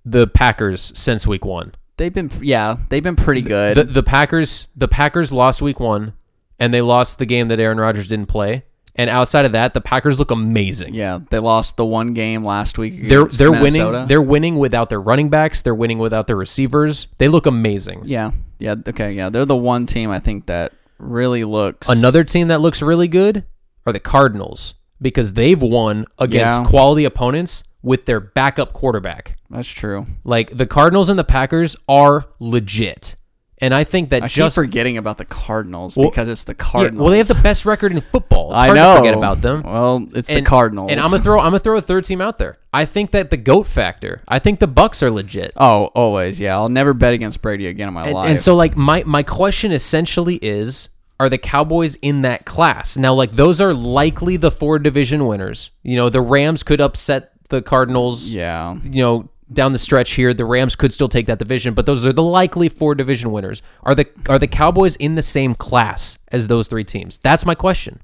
B: The Packers since week one.
A: They've been yeah, they've been pretty good.
B: The, the Packers the Packers lost week one and they lost the game that Aaron Rodgers didn't play. And outside of that, the Packers look amazing.
A: yeah, they lost the one game last week.
B: They're
A: against
B: they're
A: Minnesota.
B: winning they're winning without their running backs, they're winning without their receivers. They look amazing.
A: yeah, yeah, okay, yeah. They're the one team I think that really looks
B: Another team that looks really good are the Cardinals because they've won against
A: Yeah.
B: quality opponents with their backup quarterback.
A: That's true.
B: Like the Cardinals and the Packers are legit. And I think that
A: I
B: just
A: keep forgetting about the Cardinals
B: Well-
A: because it's the
B: Yeah,
A: Cardinals.
B: well they have the best record in football. It's
A: I
B: hard
A: know.
B: to forget about them.
A: Well, it's
B: And-
A: the Cardinals.
B: And I'm gonna throw I'm gonna throw a third team out there. I think that the goat factor. I think the Bucks are legit.
A: oh, always. Yeah, I'll never bet against Brady again in my
B: And,
A: life.
B: and so like my my question essentially is are the Cowboys in that class? Now like those are likely the four division winners. You know, the Rams could upset the Cardinals,
A: yeah,
B: you know, down the stretch here. The Rams could still take that division, but those are the likely four division winners. Are the are the Cowboys in the same class as those three teams? That's my question.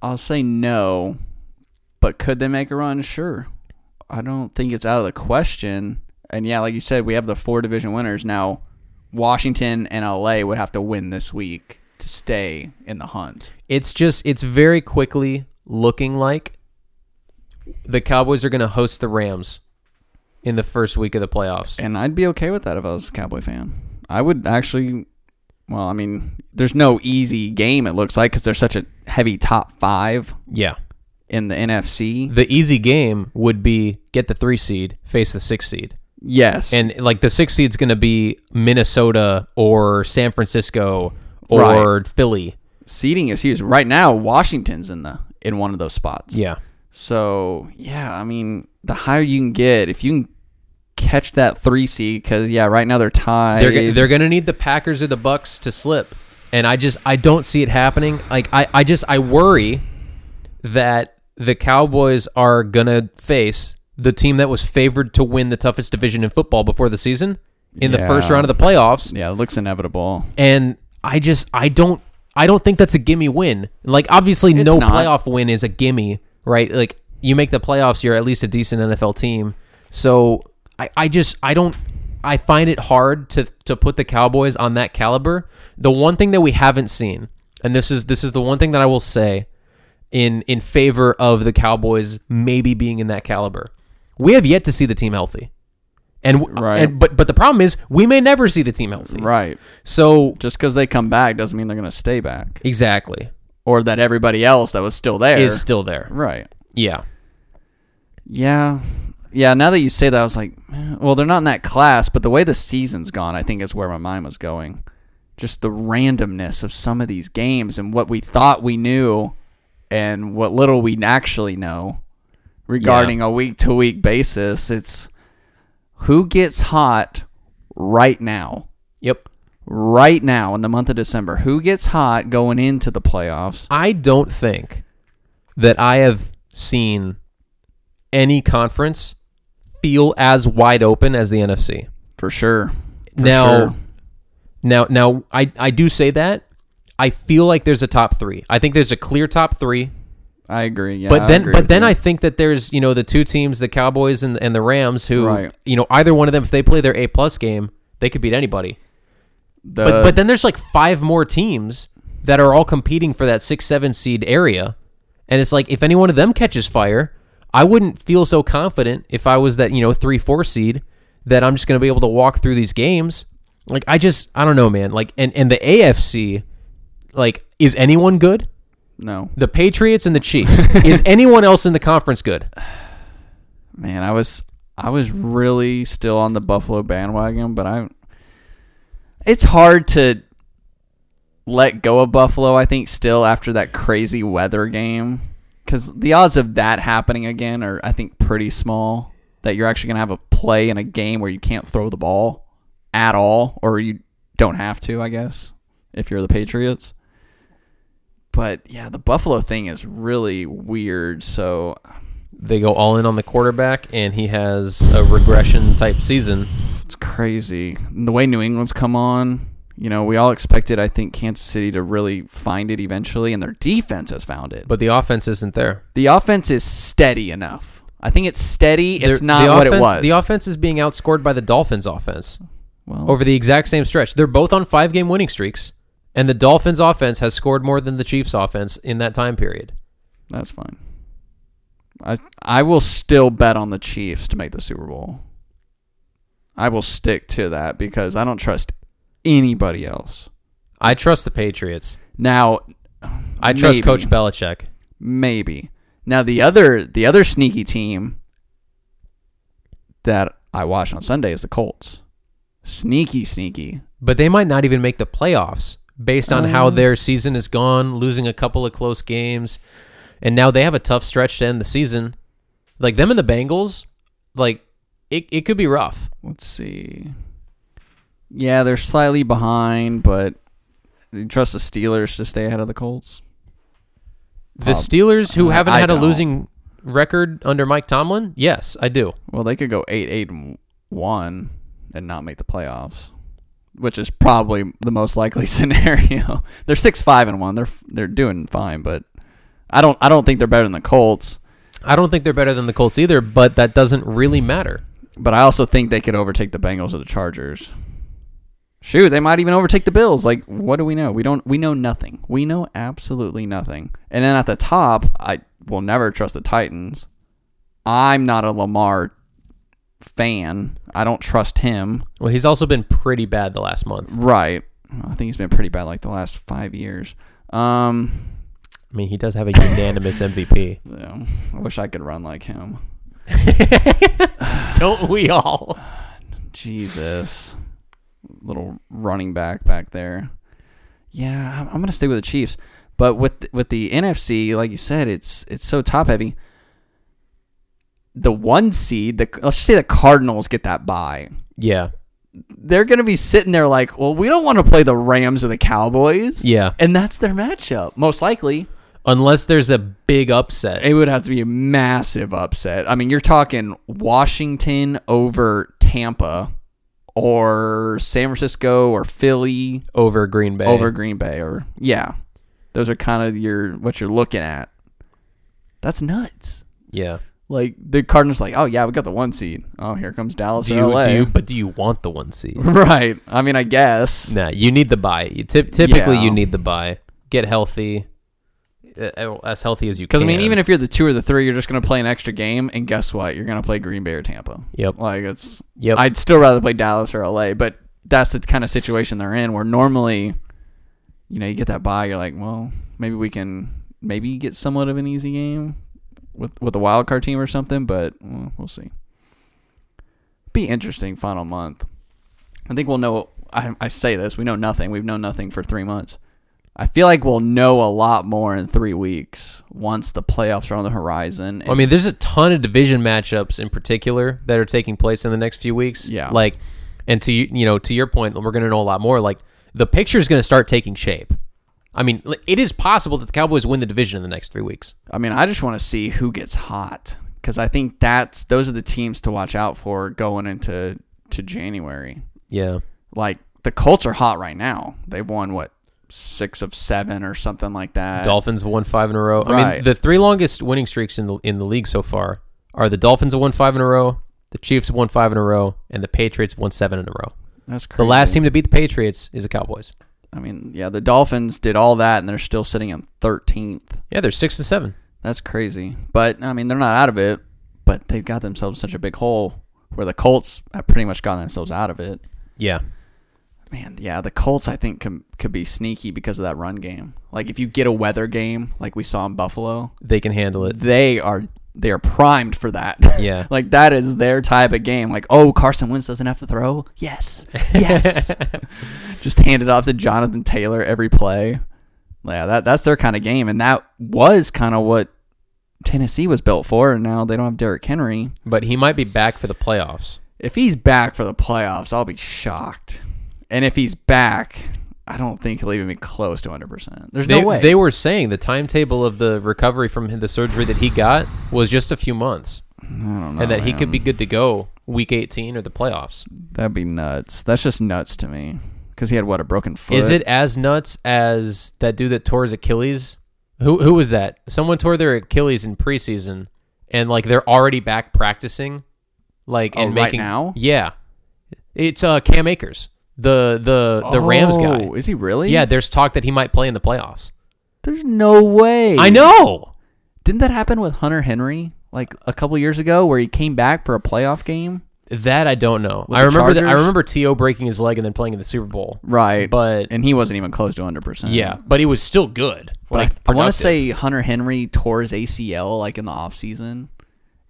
A: I'll say no, but could they make a run? Sure. I don't think it's out of the question. And yeah, like you said, we have the four division winners now. Washington and LA would have to win this week to stay in the hunt.
B: it's just it's very quickly looking like the Cowboys are going to host the Rams in the first week of the playoffs.
A: And I'd be okay with that if I was a Cowboy fan. I would actually. Well, I mean, there's no easy game. It looks like because there's such a heavy top five
B: Yeah.
A: in the NFC.
B: The easy game would be get the 3 seed, face the 6 seed.
A: Yes,
B: And like the 6 seed's going to be Minnesota or San Francisco or Philly.
A: seating is huge. Right now, Washington's in the in one of those spots.
B: Yeah.
A: So yeah, I mean, the higher you can get, if you can catch that three seed, because yeah, right now they're tied.
B: They're go- they're going to need the Packers or the Bucks to slip, and I just I don't see it happening. Like I I just I worry that the Cowboys are going to face the team that was favored to win the toughest division in football before the season in the first
A: Yeah.
B: round of the playoffs,
A: yeah, it looks inevitable.
B: and I just I don't I don't think that's a gimme win. Like obviously
A: It's
B: no
A: not.
B: playoff win is a gimme, right? Like you make the playoffs, you're at least a decent NFL team. So I, I just I don't I find it hard to to put the Cowboys on that caliber. The one thing that we haven't seen, and this is this is the one thing that I will say in in favor of the Cowboys maybe being in that caliber. We have yet to see the team healthy. And, w-
A: Right.
B: and but but the problem is we may never see the team healthy.
A: Right.
B: So
A: Just because they come back doesn't mean they're going to stay back,
B: Exactly.
A: or that everybody else that was still there
B: Is still there.
A: right.
B: Yeah.
A: Yeah. Yeah, now that you say that, I was like, eh, well, they're not in that class, but the way the season's gone, I think is where my mind was going. Just the randomness of some of these games and what we thought we knew and what little we actually know regarding a week to week basis. It's who gets hot right now,
B: Yep.
A: right now in the month of December. Who gets hot going into the playoffs?
B: I don't think that I have seen any conference feel as wide open as the NFC.
A: For sure. For
B: now,
A: sure.
B: now, now, I I do say that. I feel like there's a top three. I think there's a clear top three.
A: I agree. Yeah,
B: But
A: I
B: then,
A: agree
B: but
A: with
B: then
A: you.
B: I think that there's you know the two teams, the Cowboys and and the Rams, who
A: Right.
B: you know either one of them, if they play their A plus game, they could beat anybody.
A: the,
B: but but then there's like five more teams that are all competing for that six seven seed area, and it's like if any one of them catches fire, I wouldn't feel so confident if I was that you know three four seed that I'm just gonna be able to walk through these games. Like I just I don't know, man. Like and and the AFC, like is anyone good?
A: no.
B: The Patriots and the Chiefs. is anyone else in the conference good?
A: Man, I was I was really still on the Buffalo bandwagon, but I it's hard to let go of Buffalo, I think still after that crazy weather game cuz the odds of that happening again are I think pretty small that you're actually going to have a play in a game where you can't throw the ball at all or you don't have to, I guess, if you're the Patriots. But yeah, the Buffalo thing is really weird. So
B: They go all in on the quarterback, and he has a regression type season.
A: it's crazy. And the way New England's come on, you know, we all expected, I think, Kansas City to really find it eventually, and their defense has found it. But
B: But the offense isn't there.
A: the offense is steady enough. I think it's steady. It's
B: They're-
A: not
B: the
A: what it
B: offense-
A: was.
B: The offense is being outscored by the Dolphins' offense
A: well,
B: over the exact same stretch. They're both on five game winning streaks, and the Dolphins' offense has scored more than the Chiefs' offense in that time period.
A: that's fine. I I will still bet on the Chiefs to make the Super Bowl. I will stick to that because I don't trust anybody else.
B: I trust the Patriots.
A: Now,
B: I trust
A: Maybe.
B: Coach Belichick.
A: maybe. Now the other the other sneaky team that I watched on Sunday is the Colts. Sneaky, sneaky.
B: But they might not even make the playoffs based on
A: Uh.
B: how their season is gone, losing a couple of close games. And now they have a tough stretch to end the season. Like them and the Bengals, like it, it could be rough.
A: Let's see. Yeah, they're slightly behind, but you trust the Steelers to stay ahead of the Colts.
B: The
A: Um,
B: Steelers, who
A: I-
B: haven't
A: I
B: had a
A: don't.
B: losing record under Mike Tomlin, yes, I do.
A: Well, they could go eight, eight, and one, and not make the playoffs, which is probably the most likely scenario. they're six, five, and one. They're they're doing fine, but I don't I don't think they're better than the Colts.
B: I don't think they're better than the Colts either, but that doesn't really matter.
A: But I also think they could overtake the Bengals or the Chargers. Shoot, they might even overtake the Bills. Like, what do we know? We don't. We know nothing. We know absolutely nothing. And then at the top, I will never trust the Titans. I'm not a Lamar fan. I don't trust him.
B: Well, he's also been pretty bad the last month.
A: Right. I think he's been pretty bad like the last five years. Um,
B: I mean, he does have a unanimous MVP.
A: yeah, I wish I could run like him.
B: Don't we all?
A: Jesus. Little running back back there. Yeah, I'm- I'm going to stay with the Chiefs. But with th- with the NFC, like you said, it's it's so top heavy. The one seed, the let's just say the Cardinals get that bye.
B: Yeah.
A: They're going to be sitting there like, well, we don't want to play the Rams or the Cowboys,
B: Yeah.
A: and that's their matchup most likely.
B: Unless there's a big upset.
A: It would have to be a massive upset. I mean, you're talking Washington over Tampa or San Francisco or Philly
B: over Green Bay.
A: over Green Bay or yeah. Those are kind of your what you're looking at. That's nuts.
B: yeah.
A: Like the Cardinals like, "Oh yeah, we got the one seed. Oh, here comes Dallas
B: Do
A: and
B: you,
A: LA."
B: do you? But do you want the one seed?
A: right. I mean, I guess.
B: Nah, you need the buy. You typ typically
A: Yeah.
B: you need the buy. Get healthy, uh, as healthy as you can.
A: Cuz I mean, even if you're the 2 or the 3, you're just going to play an extra game and guess what? You're going to play Green Bay or Tampa.
B: yep,
A: Like it's
B: yep,
A: I'd still rather play Dallas or LA, but that's the kind of situation they're in where normally, you know, you get that bye, you're like, well, maybe we can maybe get somewhat of an easy game with with a wild card team or something, but well, we'll see. Be interesting final month. I think we'll know. I, I say this, we know nothing. We've known nothing for three months. I feel like we'll know a lot more in three weeks once the playoffs are on the horizon.
B: I mean, there's a ton of division matchups in particular that are taking place in the next few weeks.
A: Yeah.
B: like, and to you you know to your point, we're gonna know a lot more. Like the picture's gonna start taking shape. I mean, li- it is possible that the Cowboys win the division in the next three weeks.
A: I mean, I just want to see who gets hot because I think that's those are the teams to watch out for going into to January.
B: Yeah,
A: Like the Colts are hot right now. They've won what six of seven or something like that.
B: Uh, Dolphins have won five in a row. I mean,
A: Right.
B: the three longest winning streaks in the in the league so far are the Dolphins have won five in a row, the Chiefs have won five in a row, and the Patriots have won seven in a row.
A: that's crazy.
B: The last team to beat the Patriots is the Cowboys.
A: I mean, yeah, the Dolphins did all that and they're still sitting in thirteenth.
B: Yeah, they're six and seven.
A: That's crazy. But I mean, they're not out of it. But they've got themselves such a big hole where the Colts have pretty much gotten themselves out of it.
B: Yeah,
A: Man, yeah, the Colts I think can, could be sneaky because of that run game. Like if you get a weather game like we saw in Buffalo,
B: they can handle it.
A: they are they are primed for that.
B: Yeah.
A: like that is their type of game. Like, oh, Carson Wentz doesn't have to throw. Yes. Yes. Just hand it off to Jonathan Taylor every play. Yeah, that that's their kind of game and that was kind of what Tennessee was built for and now they don't have Derrick Henry.
B: But he might be back for the playoffs.
A: If he's back for the playoffs, I'll be shocked. And if he's back, I don't think he'll even be close to 100%. There's
B: They,
A: no way.
B: they were saying the timetable of the recovery from the surgery that he got was just a few months,
A: I don't know.
B: and that he could
A: Oh, man.
B: be good to go week 18 or the playoffs.
A: That'd be nuts. That's just nuts to me. Because he had what a broken foot.
B: Is it as nuts as that dude that tore his Achilles? Who who was that? Someone tore their Achilles in preseason, and like they're already back practicing, like
A: Oh,
B: and
A: right
B: making
A: now?
B: Yeah, it's uh Cam Akers, the the the Rams guy.
A: Oh, Is he really?
B: Yeah, there's talk that he might play in the playoffs.
A: There's no way.
B: I know.
A: Didn't that happen with Hunter Henry like a couple years ago, where he came back for a playoff game?
B: That I don't know.
A: With
B: I
A: the
B: remember that. I
A: Chargers?
B: remember To breaking his leg and then playing in the Super Bowl.
A: Right.
B: But
A: and he wasn't even close to 100. percent
B: yeah, but he was still good.
A: But
B: Like
A: I, want
B: productive.
A: to say Hunter Henry tore his ACL like in the offseason,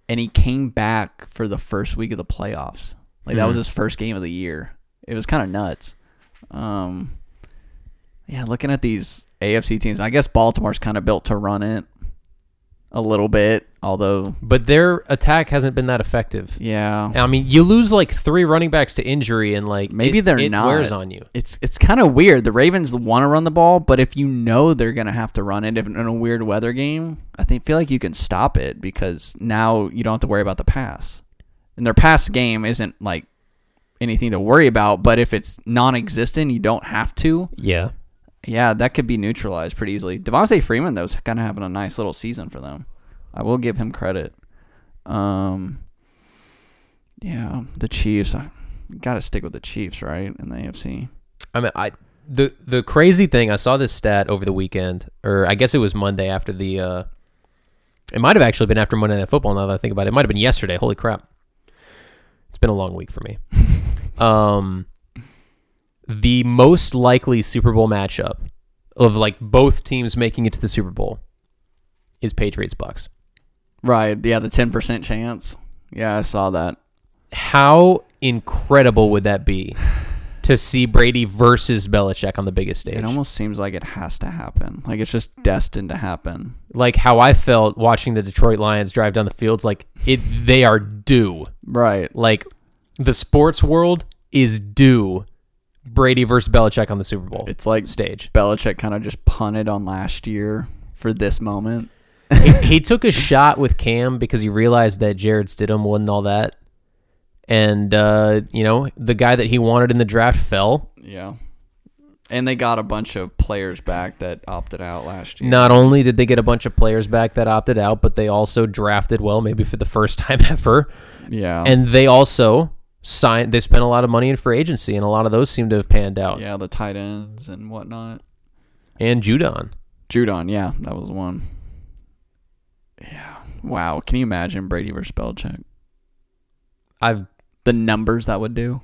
A: and he came back for the first week of the playoffs. Like
B: Mm-hmm.
A: that was his first game of the year. It was kind of nuts. Um, yeah, looking at these AFC teams, I guess Baltimore's kind of built to run it a little bit. Although,
B: but their attack hasn't been that effective.
A: yeah,
B: I mean, you lose like three running backs to injury, and like
A: Maybe
B: it,
A: they're
B: it
A: not.
B: wears on you.
A: it's it's kind of weird. The Ravens want to run the ball, but if you know they're gonna have to run it if- in a weird weather game, I think feel like you can stop it because now you don't have to worry about the pass, and their pass game isn't like anything to worry about. But if it's non-existent, you don't have to.
B: Yeah,
A: Yeah, that could be neutralized pretty easily. Devontae Freeman though is kind of having a nice little season for them. I will give him credit. Um, yeah, the Chiefs. I got to stick with the Chiefs, right? In the AFC.
B: I mean, I the the crazy thing I saw this stat over the weekend, or I guess it was Monday after the. Uh, it might have actually been after Monday Night Football. Now that I think about it, it might have been yesterday. Holy crap! It's been a long week for me. um, the most likely Super Bowl matchup of like both teams making it to the Super Bowl is Patriots Bucks.
A: Right. Yeah, the ten percent chance. Yeah, I saw that.
B: how incredible would that be to see Brady versus Belichick on the biggest stage?
A: It almost seems like it has to happen. Like it's just destined to happen.
B: like how I felt watching the Detroit Lions drive down the fields. Like it, they are due.
A: Right.
B: Like the sports world is due. Brady versus Belichick on the Super Bowl
A: It's like
B: stage.
A: Belichick kind of just punted on last year for this moment.
B: he, he took a shot with Cam because he realized that Jared Stidham wasn't all that. And uh, you know the guy that he wanted in the draft fell.
A: Yeah. And they got a bunch of players back that opted out last year.
B: Not only did they get a bunch of players back that opted out, but they also drafted well, maybe for the first time ever.
A: Yeah.
B: And they also signed. They spent a lot of money in free agency, and a lot of those seem to have panned out.
A: yeah, the tight ends and whatnot.
B: And Judon,
A: Judon, yeah, that was one. Yeah. Wow. Can you imagine Brady versus Belichick?
B: I've
A: The numbers that would do?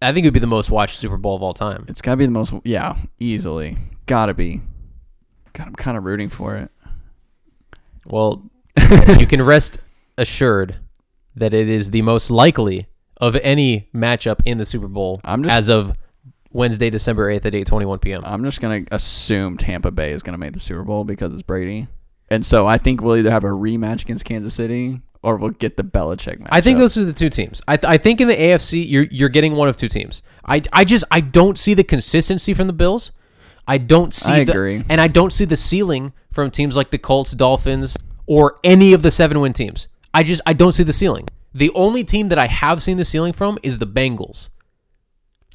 B: I think it would be the most watched Super Bowl of all time.
A: It's gotta be the most. Yeah, easily. Gotta be. God, I'm kind of rooting for it.
B: Well, you can rest assured that it is the most likely of any matchup in the Super Bowl
A: I'm just-
B: as of Wednesday, December eighth at eight twenty one p.m.
A: I'm just gonna assume Tampa Bay is gonna make the Super Bowl because it's Brady, and so I think we'll either have a rematch against Kansas City or we'll get the Belichick match.
B: I think those are the two teams. I, th- I think in the AFC you're you're getting one of two teams. I, I just I don't see the consistency from the Bills. I don't see
A: I
B: the
A: agree.
B: and I don't see the ceiling from teams like the Colts, Dolphins, or any of the seven win teams. I just I don't see the ceiling. The only team that I have seen the ceiling from is the Bengals.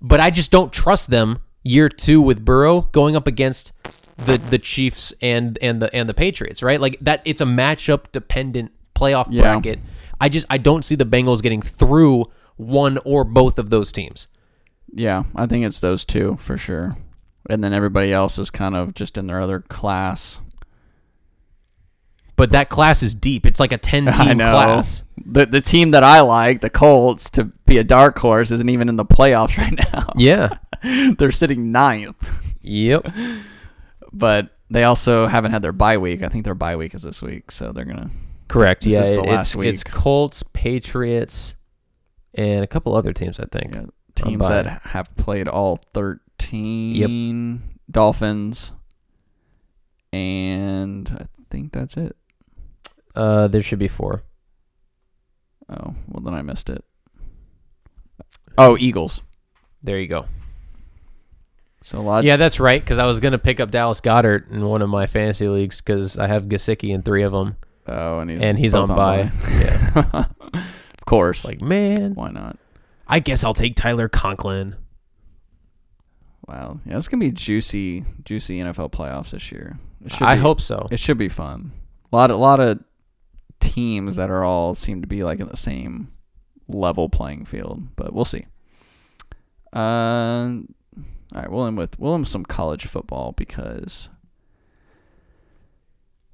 B: But I just don't trust them year two with Burrow going up against the the Chiefs and and the and the Patriots, right? Like that it's a matchup dependent playoff
A: Yeah.
B: bracket. I just I don't see the Bengals getting through one or both of those teams.
A: yeah, I think it's those two for sure, and then everybody else is kind of just in their other class.
B: But that class is deep. It's like a ten
A: I
B: team
A: know
B: class.
A: the the team that I like, the Colts, to be a dark horse, isn't even in the playoffs right now.
B: Yeah.
A: They're sitting ninth.
B: Yep.
A: but they also haven't had their bye week. I think their bye week is this week, so they're gonna.
B: Correct.
A: This
B: yeah.
A: is the
B: it-
A: last
B: it's,
A: week.
B: it's Colts, Patriots, and a couple other teams, I think.
A: Yeah, teams
B: bye.
A: that have played all thirteen Dolphins, and I think that's it.
B: Uh there should be four.
A: Oh well, then I missed it. Oh, Eagles.
B: There you go.
A: So a lot.
B: Yeah, that's right. Because I was gonna pick up Dallas Goddard in one of my fantasy leagues because I have Gasicki in three of them,
A: Oh, and he's
B: and he's
A: both
B: on bye. yeah,
A: bye. of course. Like,
B: like man,
A: why not?
B: I guess I'll take Tyler Conklin.
A: Wow. Yeah, it's gonna be juicy, juicy NFL playoffs this year. It should
B: I
A: be-
B: hope so.
A: it should be fun. A lot, a lot of teams that are all seem to be like in the same level playing field, but we'll see. Uh, all right, we'll end with we'll end with some college football because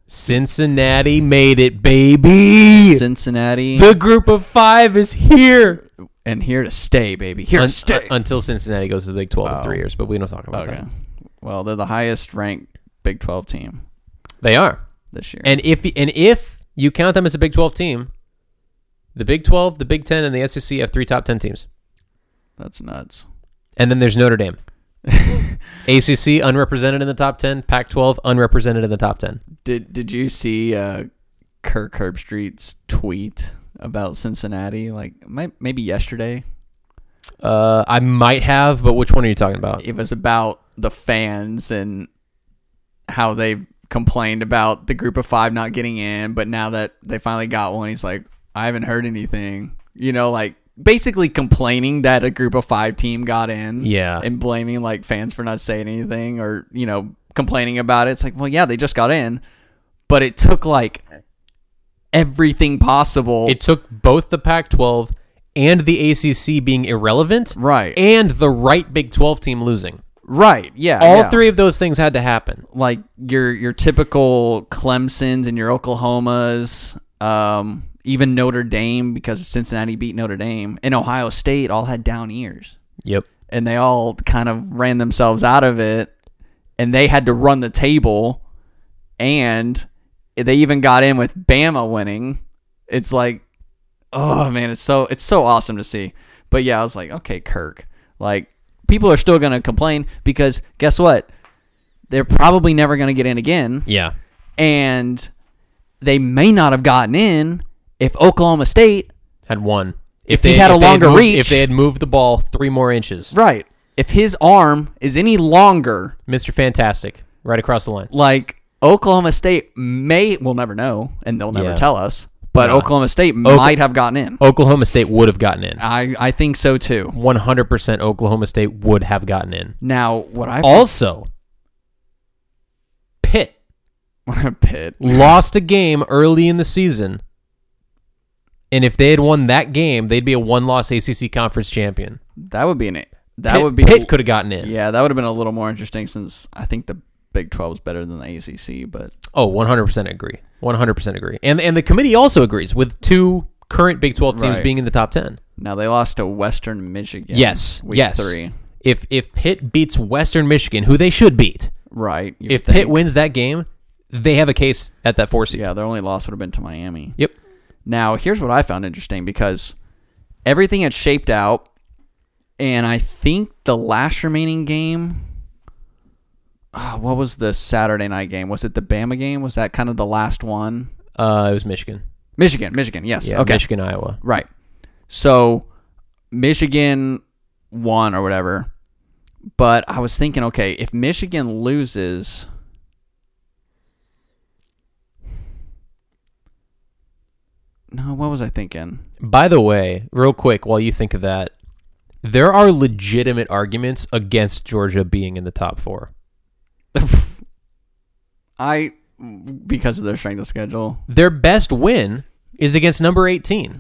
B: Cincinnati made it, baby.
A: Cincinnati
B: The group of five is here.
A: and here to stay, baby, here
B: Un-
A: to stay.
B: un- until Cincinnati goes to the Big 12 in
A: Oh.
B: three years, but we don't talk about
A: okay.
B: that.
A: Well, they're the highest ranked Big Twelve team
B: They are.
A: this year.
B: And if and if you count them as a Big 12 team, the Big 12, the Big 10, and the SEC have three top 10 teams.
A: That's nuts.
B: And then there's Notre Dame. ACC unrepresented in the top 10, Pac 12 unrepresented in the top 10.
A: Did Did you see uh, Kirk Herbstreit's tweet about Cincinnati? Like, might, maybe yesterday.
B: Uh, I might have, but which one are you talking about?
A: it was about the fans and how they complained about the group of five not getting in, but now that they finally got one, he's like, I haven't heard anything. You know, like basically complaining that a group of five team got in.
B: Yeah.
A: And blaming like fans for not saying anything or, you know, complaining about it. It's like, well, yeah, they just got in. But it took like everything possible.
B: It took both the Pac 12 and the ACC being irrelevant
A: right.
B: and the right Big 12 team losing.
A: right. Yeah.
B: All
A: Uh, yeah.
B: three of those things had to happen.
A: like your your typical Clemson's and your Oklahomas, um, even Notre Dame because Cincinnati beat Notre Dame and Ohio State all had down years
B: Yep.
A: and they all kind of ran themselves out of it and they had to run the table and they even got in with Bama winning. It's like oh man, it's so it's so awesome to see. But yeah, I was like, okay, Kirk. Like people are still going to complain because guess what? They're probably never going to get in again
B: Yeah.
A: and they may not have gotten in if Oklahoma State
B: Had one.
A: If he had a longer
B: moved-
A: reach-
B: If they had moved the ball three more inches.
A: right. If his arm is any longer
B: Mr. Fantastic, right across the line.
A: like Oklahoma State may we'll never know and they'll never
B: Yeah.
A: tell us, but
B: Yeah.
A: Oklahoma State might have gotten in.
B: Oklahoma State would have gotten in.
A: I I think so too.
B: 100% Oklahoma State would have gotten in.
A: Now what I
B: Also, Pitt
A: pit
B: lost a game early in the season. And if they had won that game, they'd be a one-loss ACC conference champion.
A: that would be an that
B: Pitt,
A: would be
B: Pitt could have gotten in.
A: yeah that would have been a little more interesting since I think the Big Twelve is better than the ACC, but
B: Oh, 100% agree. 100% agree. And and the committee also agrees with two current Big 12 teams
A: Right.
B: being in the top 10.
A: now they lost to Western Michigan.
B: Yes,
A: week
B: yes.
A: three.
B: If if Pitt beats Western Michigan, who they should beat,
A: Right. you
B: if
A: think.
B: Pitt wins that game, they have a case at that 4 seed.
A: yeah, their only loss would have been to Miami.
B: Yep.
A: Now, here's what I found interesting because everything had shaped out, and I think the last remaining game. ah, what was the Saturday night game? Was it the Bama game? Was that kind of the last one?
B: Uh, it was Michigan.
A: Michigan, Michigan, yes.
B: Yeah,
A: okay.
B: Michigan, Iowa.
A: Right. So Michigan won or whatever. But I was thinking, okay, if Michigan loses. No, what was I thinking?
B: By the way, real quick, while you think of that, there are legitimate arguments against Georgia being in the top four.
A: I because of their strength of schedule.
B: Their best win is against number 18.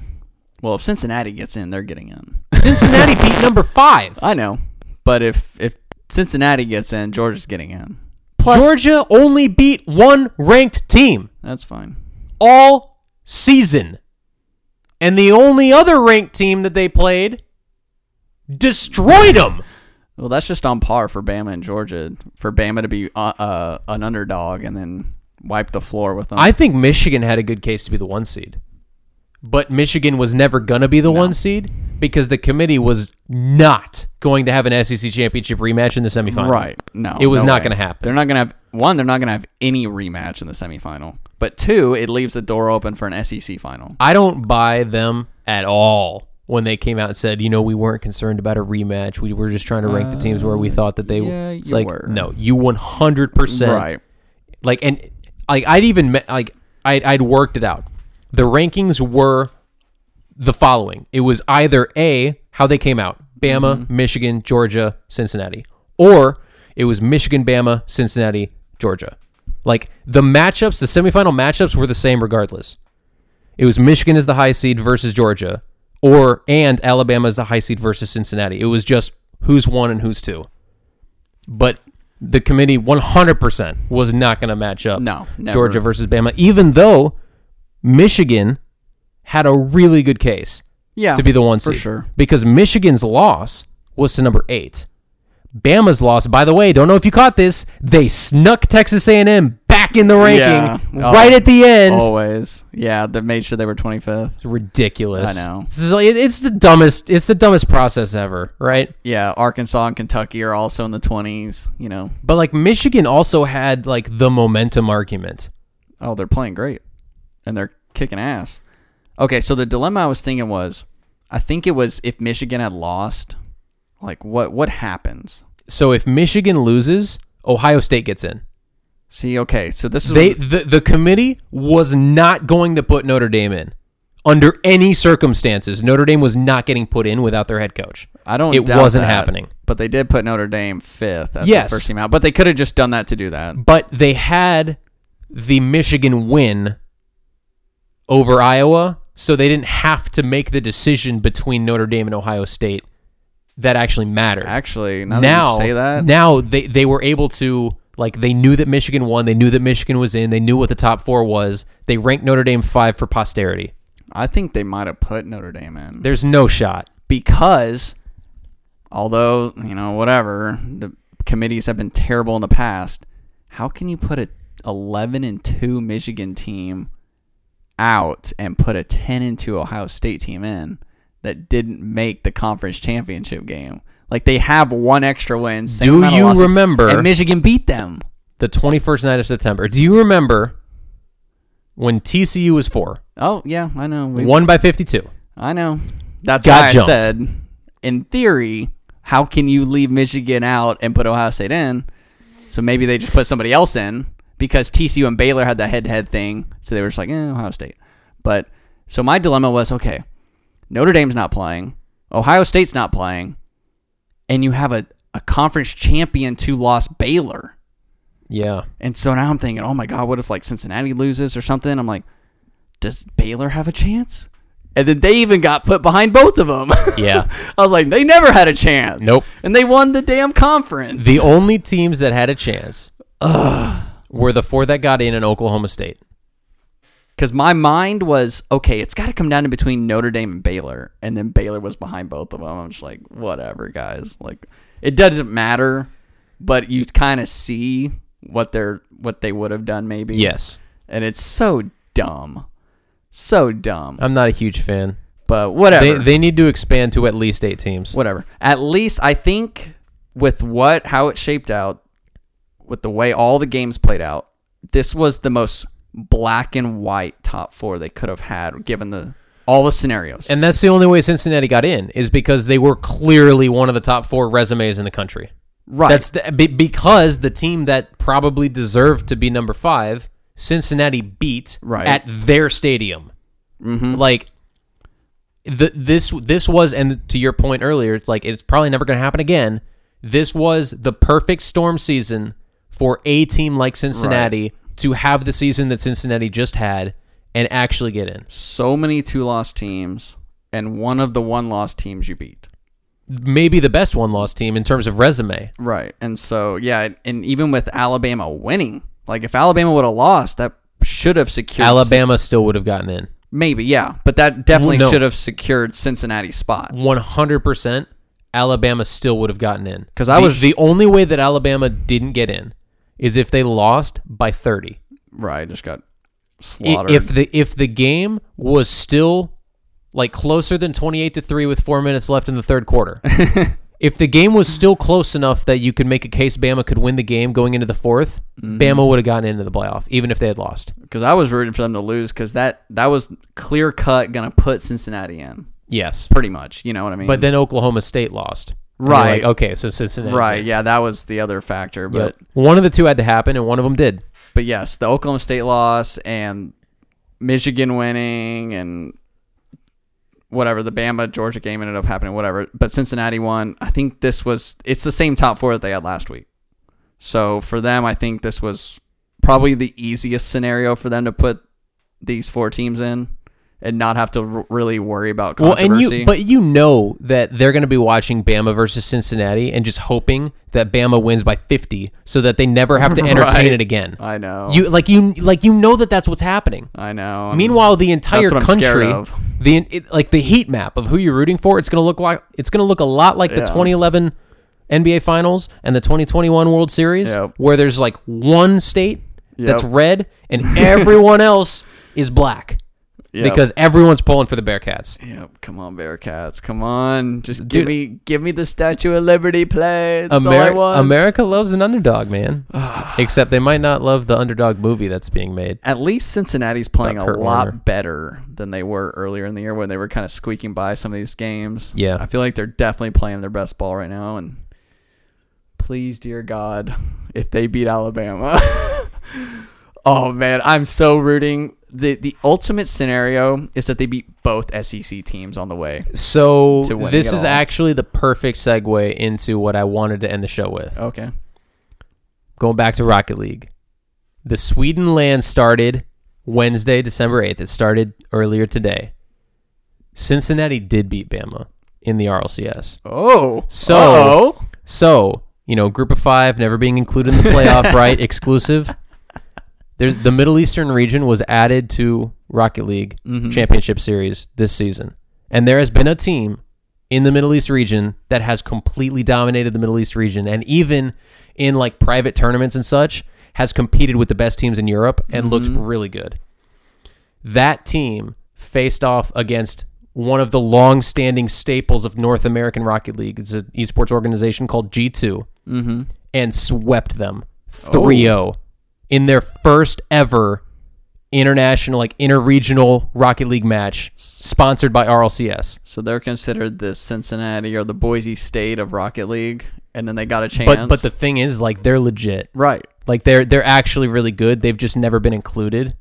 A: Well, if Cincinnati gets in, they're getting in.
B: Cincinnati beat number five.
A: I know, but if if Cincinnati gets in, Georgia's getting in. Plus,
B: Georgia only beat one ranked team
A: that's fine.
B: all season. And the only other ranked team that they played destroyed them.
A: Well, that's just on par for Bama and Georgia. For Bama to be uh, uh, an underdog and then wipe the floor with them.
B: I think Michigan had a good case to be the one seed. But Michigan was never going to be the one seed because the committee was not going to have an SEC championship rematch in the semifinal.
A: right? No,
B: It was
A: no
B: not
A: way.
B: gonna happen.
A: They're not going to have one. They're not going to have any rematch in the semifinal. But two, it leaves the door open for an SEC E final.
B: I don't buy them at all. when they came out and said, you know, we weren't concerned about a rematch. We were just trying to rank the teams where we
A: Uh,
B: thought that they.
A: yeah,
B: it's
A: you
B: like
A: were.
B: no, you one hundred percent
A: Right.
B: like and like I'd even me- like I'd, I'd worked it out. The rankings were the following: it was either a how they came out, Bama,
A: Mm-hmm.
B: Michigan, Georgia, Cincinnati, or it was Michigan, Bama, Cincinnati, Georgia. Like the matchups, the semifinal matchups were the same regardless. It was Michigan as the high seed versus Georgia, or and Alabama as the high seed versus Cincinnati. It was just who's one and who's two. But the committee 100% was not going to match up
A: No, never.
B: Georgia versus Bama, even though Michigan had a really good case
A: Yeah.
B: to be the one
A: for
B: seed.
A: sure.
B: Because Michigan's loss was to number eight. Bama's loss, by the way, don't know if you caught this, they snuck Texas A&M back in the ranking
A: Yeah. Oh.
B: right at the end.
A: Always. Yeah, they made sure they were 25th.
B: It's ridiculous.
A: I know.
B: This is like- it- it's the dumbest. It's the dumbest process ever, right?
A: Yeah, Arkansas and Kentucky are also in the 20s, you know.
B: But like Michigan also had like the momentum argument.
A: Oh, they're playing great. And they're kicking ass. Okay, so the dilemma I was thinking was I think it was if Michigan had lost, like what what happens?
B: So if Michigan loses, Ohio State gets in.
A: See, okay, so this is
B: They the, the committee was not going to put Notre Dame in under any circumstances. Notre Dame was not getting put in without their head coach.
A: I don't
B: it
A: doubt
B: wasn't
A: that,
B: happening.
A: But they did put Notre Dame 5th as
B: Yes.
A: the first team out, but they could have just done that to do that.
B: But they had the Michigan win over Iowa, so they didn't have to make the decision between Notre Dame and Ohio State that actually mattered.
A: Actually, now, that
B: now
A: you say that,
B: now they they were able to like they knew that Michigan won, they knew that Michigan was in, they knew what the top 4 was. They ranked Notre Dame 5 for posterity.
A: I think they might have put Notre Dame in.
B: There's no shot.
A: because although you know whatever the committees have been terrible in the past how can you put a 11 and 2 michigan team out and put a 10 and 2 ohio state team in that didn't make the conference championship game like they have one extra win same
B: Do
A: amount of
B: you
A: losses,
B: remember-
A: and michigan beat them
B: The 21st night of September. Do you remember when TCU was 4?
A: oh yeah i know we,
B: Won by 52.
A: i know that's
B: Got
A: why
B: jumped.
A: i said in theory how can you leave michigan out and put ohio state in So maybe they just put somebody else in because TCU and Baylor had that head to head thing. So they were just like, eh, Ohio State. But so my dilemma was okay, Notre Dame's not playing, Ohio State's not playing, and you have a, a conference champion to loss Baylor.
B: Yeah.
A: And so now I'm thinking, oh my God, what if like Cincinnati loses or something? I'm like, does Baylor have a chance? And then they even got put behind both of them.
B: Yeah.
A: I was like, they never had a chance.
B: Nope.
A: And they won the damn conference.
B: The only teams that had a chance were the four that got in and Oklahoma State.
A: Because my mind was okay. It's got to come down to between Notre Dame and Baylor, and then Baylor was behind both of them. I'm just like, whatever, guys. Like, it doesn't matter. But you kind of see what they're what they would have done, maybe.
B: Yes.
A: And it's so dumb, so dumb.
B: I'm not a huge fan.
A: But whatever.
B: They, they need to expand to at least eight teams.
A: whatever. At least I think with what how it shaped out, with the way all the games played out, this was the most black and white top four they could have had given the all the scenarios.
B: And that's the only way Cincinnati got in is because they were clearly one of the top four resumes in the country.
A: right.
B: That's the, be- because the team that probably deserved to be number five, Cincinnati beat
A: Right.
B: at their stadium. Like the this this was, and to your point earlier, it's like it's probably never going to happen again. This was the perfect storm season for a team like Cincinnati to have the season that Cincinnati just had and actually get in.
A: so many two loss teams and one of the one loss teams you beat.
B: Maybe the best one loss team in terms of resume.
A: Right. And so yeah, and- and even with Alabama winning, like if Alabama would have lost, that should have secured
B: Alabama still would have gotten in.
A: Maybe, yeah. But that definitely
B: No.
A: should have secured Cincinnati's spot.
B: 100% Alabama still would have gotten in.
A: 'Cause I
B: The-
A: was-
B: the only way that Alabama didn't get in is if they lost by 30.
A: Right, just got
B: I-
A: slaughtered.
B: If the if the game was still like closer than 28 to 3 with 4 minutes left in the third quarter. if the game was still close enough that you could make a case Bama could win the game going into the 4th
A: Mm-hmm.
B: Bama would have gotten into the playoff even if they had lost.
A: because I was rooting for them to lose because that that was clear cut gonna put Cincinnati in.
B: Yes.
A: pretty much. You know what I mean?
B: But then Oklahoma State lost. And you're
A: Right.
B: like, okay, so Cincinnati.
A: right, yeah, that was the other factor. But
B: Yep. one of the two had to happen, and one of them did.
A: but yes, the Oklahoma State loss and Michigan winning and whatever the Bama Georgia game ended up happening, whatever. But Cincinnati won. I think this was it's the same top four that they had last week. So for them, I think this was probably the easiest scenario for them to put these four teams in and not have to r- really worry about
B: Well,
A: controversy.
B: and you, but you know that they're going to be watching Bama versus Cincinnati and just hoping that Bama wins by fifty, so that they never have to entertain
A: Right. Oh.
B: it again.
A: I know.
B: You like you like you know that that's what's happening.
A: I know. I'm-
B: Meanwhile, the entire
A: Um, That's what I'm scared
B: country,
A: of.
B: the it, like the heat map of who you're rooting for, it's gonna look like it's gonna look a lot like the
A: Yeah.
B: 2011 NBA Finals and the 2021 World Series,
A: Yep.
B: where there's like one state that's
A: Yep.
B: red and everyone else is black
A: Yep.
B: because everyone's pulling for the Bearcats.
A: Yep, come on, Bearcats, come on! Just
B: Dude.
A: give me, give me the Statue of Liberty play. That's all I
B: Ameri-
A: want.
B: America loves an underdog, man. Except they might not love the underdog movie that's being made.
A: At least Cincinnati's playing a
B: Kurt
A: lot
B: Warner.
A: better than they were earlier in the year when they were kind of squeaking by some of these games.
B: Yeah.
A: I feel like they're definitely playing their best ball right now. And please, dear God, if they beat Alabama, oh man, I'm so rooting. the The ultimate scenario is that they beat both SEC teams on the way.
B: So
A: To winning
B: this
A: it
B: is
A: all.
B: actually the perfect segue into what I wanted to end the show with.
A: Okay.
B: going back to Rocket League, the Sweden land started Wednesday, December 8th. It started earlier today. Cincinnati did beat Bama in the RLCS.
A: Oh.
B: So-
A: Uh-oh.
B: So, you know, group of five, never being included in the playoff, right? Exclusive. There's the Middle Eastern region was added to Rocket League Championship Series this season. And there has been a team in the Middle East region that has completely dominated the Middle East region and even in like private tournaments and such has competed with the best teams in Europe and looked really good. That team faced off against one of the long-standing staples of North American Rocket League. It's an esports organization called G2
A: mm-hmm.
B: and swept them 3-0 in their first ever international like interregional Rocket League match sponsored by RLCS.
A: So they're considered the Cincinnati or the Boise State of Rocket League, and then they got a chance.
B: But but the thing is like they're legit.
A: right,
B: Like they're they're actually really good. They've just never been included.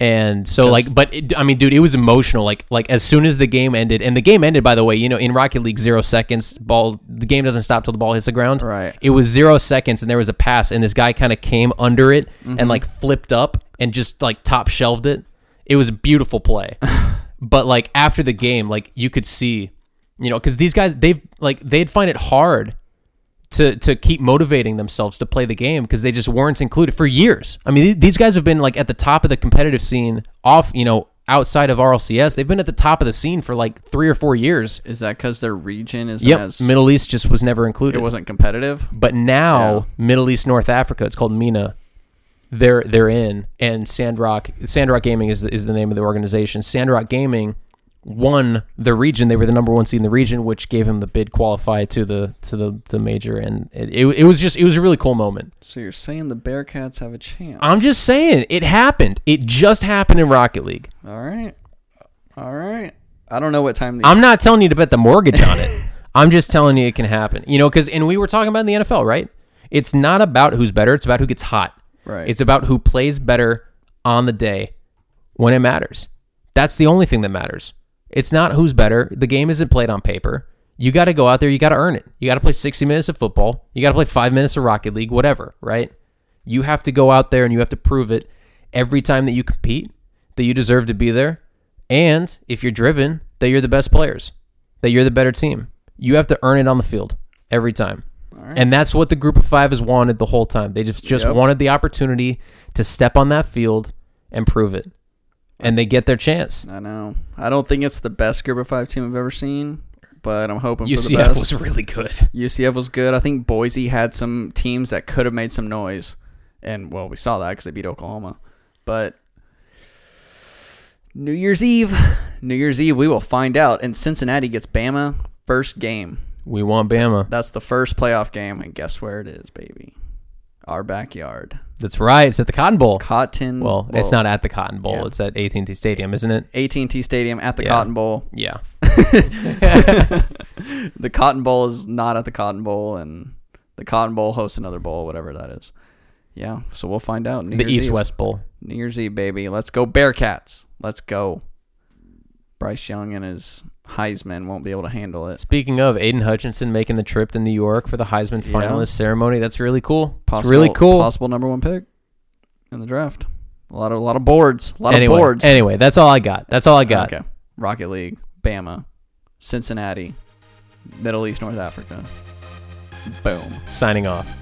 B: And so like but it, I mean dude, it was emotional like like as soon as the game ended and the game ended by the way, you know, in Rocket League 0 seconds, ball the game doesn't stop till the ball hits the ground.
A: Right.
B: It was 0 seconds and there was a pass and this guy kind of came under it and like flipped up and just like top shelved it. It was a beautiful play. but like after the game, like you could see, you know, cuz these guys they've like they'd find it hard to to keep motivating themselves to play the game because they just weren't included for years. I mean, th- these guys have been like at the top of the competitive scene off, you know, outside of RLCS. They've been at the top of the scene for like 3 or 4 years.
A: is that because their region isn't
B: Yep,
A: as
B: Middle East just was never
A: it
B: included.
A: wasn't competitive?
B: but now Middle East North Africa, it's called MENA. They're they're in and Sandrock Sandrock Gaming is the, is the name of the organization. Sandrock Gaming won the region. They were the number one seed in the region, which gave him the bid qualify to the to the, the major. And it, it, it was just it was a really cool moment.
A: So you're saying the Bearcats have a chance?
B: I'm just saying it happened. It just happened in Rocket League.
A: all right, all right. I don't know what time. These,
B: I'm not telling you to bet the mortgage on it. I'm just telling you it can happen. You know, because and we were talking about in the NFL, right? It's not about who's better. It's about who gets hot.
A: right.
B: It's about who plays better on the day when it matters. That's the only thing that matters. It's not who's better. The game isn't played on paper. You got to go out there. You got to earn it. You got to play 60 minutes of football. You got to play five minutes of Rocket League, whatever, right? You have to go out there and you have to prove it every time that you compete that you deserve to be there. And if you're driven, that you're the best players, that you're the better team. You have to earn it on the field every time. And that's what the group of five has wanted the whole time. They just, just
A: Yep.
B: wanted the opportunity to step on that field and prove it. And they get their chance.
A: I know. I don't think it's the best group of five team I've ever seen, but I'm hoping for the
B: UCF
A: best.
B: was really good.
A: UCF was good. I think Boise had some teams that could have made some noise, and well, we saw that because they beat Oklahoma. But New Year's Eve, New Year's Eve, we will find out. And Cincinnati gets Bama first game.
B: We want Bama.
A: That's the first playoff game, and guess where it is, baby? Our backyard,
B: That's right. It's at the Cotton Bowl.
A: Cotton.
B: Well, it's not at the Cotton Bowl.
A: Yeah.
B: It's at AT&T Stadium, isn't it?
A: AT&T Stadium at the
B: Yeah.
A: Cotton Bowl.
B: Yeah.
A: the Cotton Bowl is not at the Cotton Bowl, and the Cotton Bowl hosts another bowl, whatever that is. Yeah, so we'll find out. New
B: the
A: Year's
B: East
A: Eve.
B: West Bowl.
A: New Year's Eve, baby. Let's go Bearcats. Let's go. Bryce Young and his Heisman won't be able to handle it.
B: Speaking of Aiden Hutchinson making the trip to New York for the Heisman
A: Yeah.
B: finalist ceremony, that's really cool. it's really cool.
A: Possible number one pick in the draft. A lot of a lot of boards. A lot
B: anyway,
A: of boards.
B: anyway, that's all I got. That's all I got.
A: Okay. Rocket League, Bama, Cincinnati, Middle East, North Africa. Boom.
B: Signing off.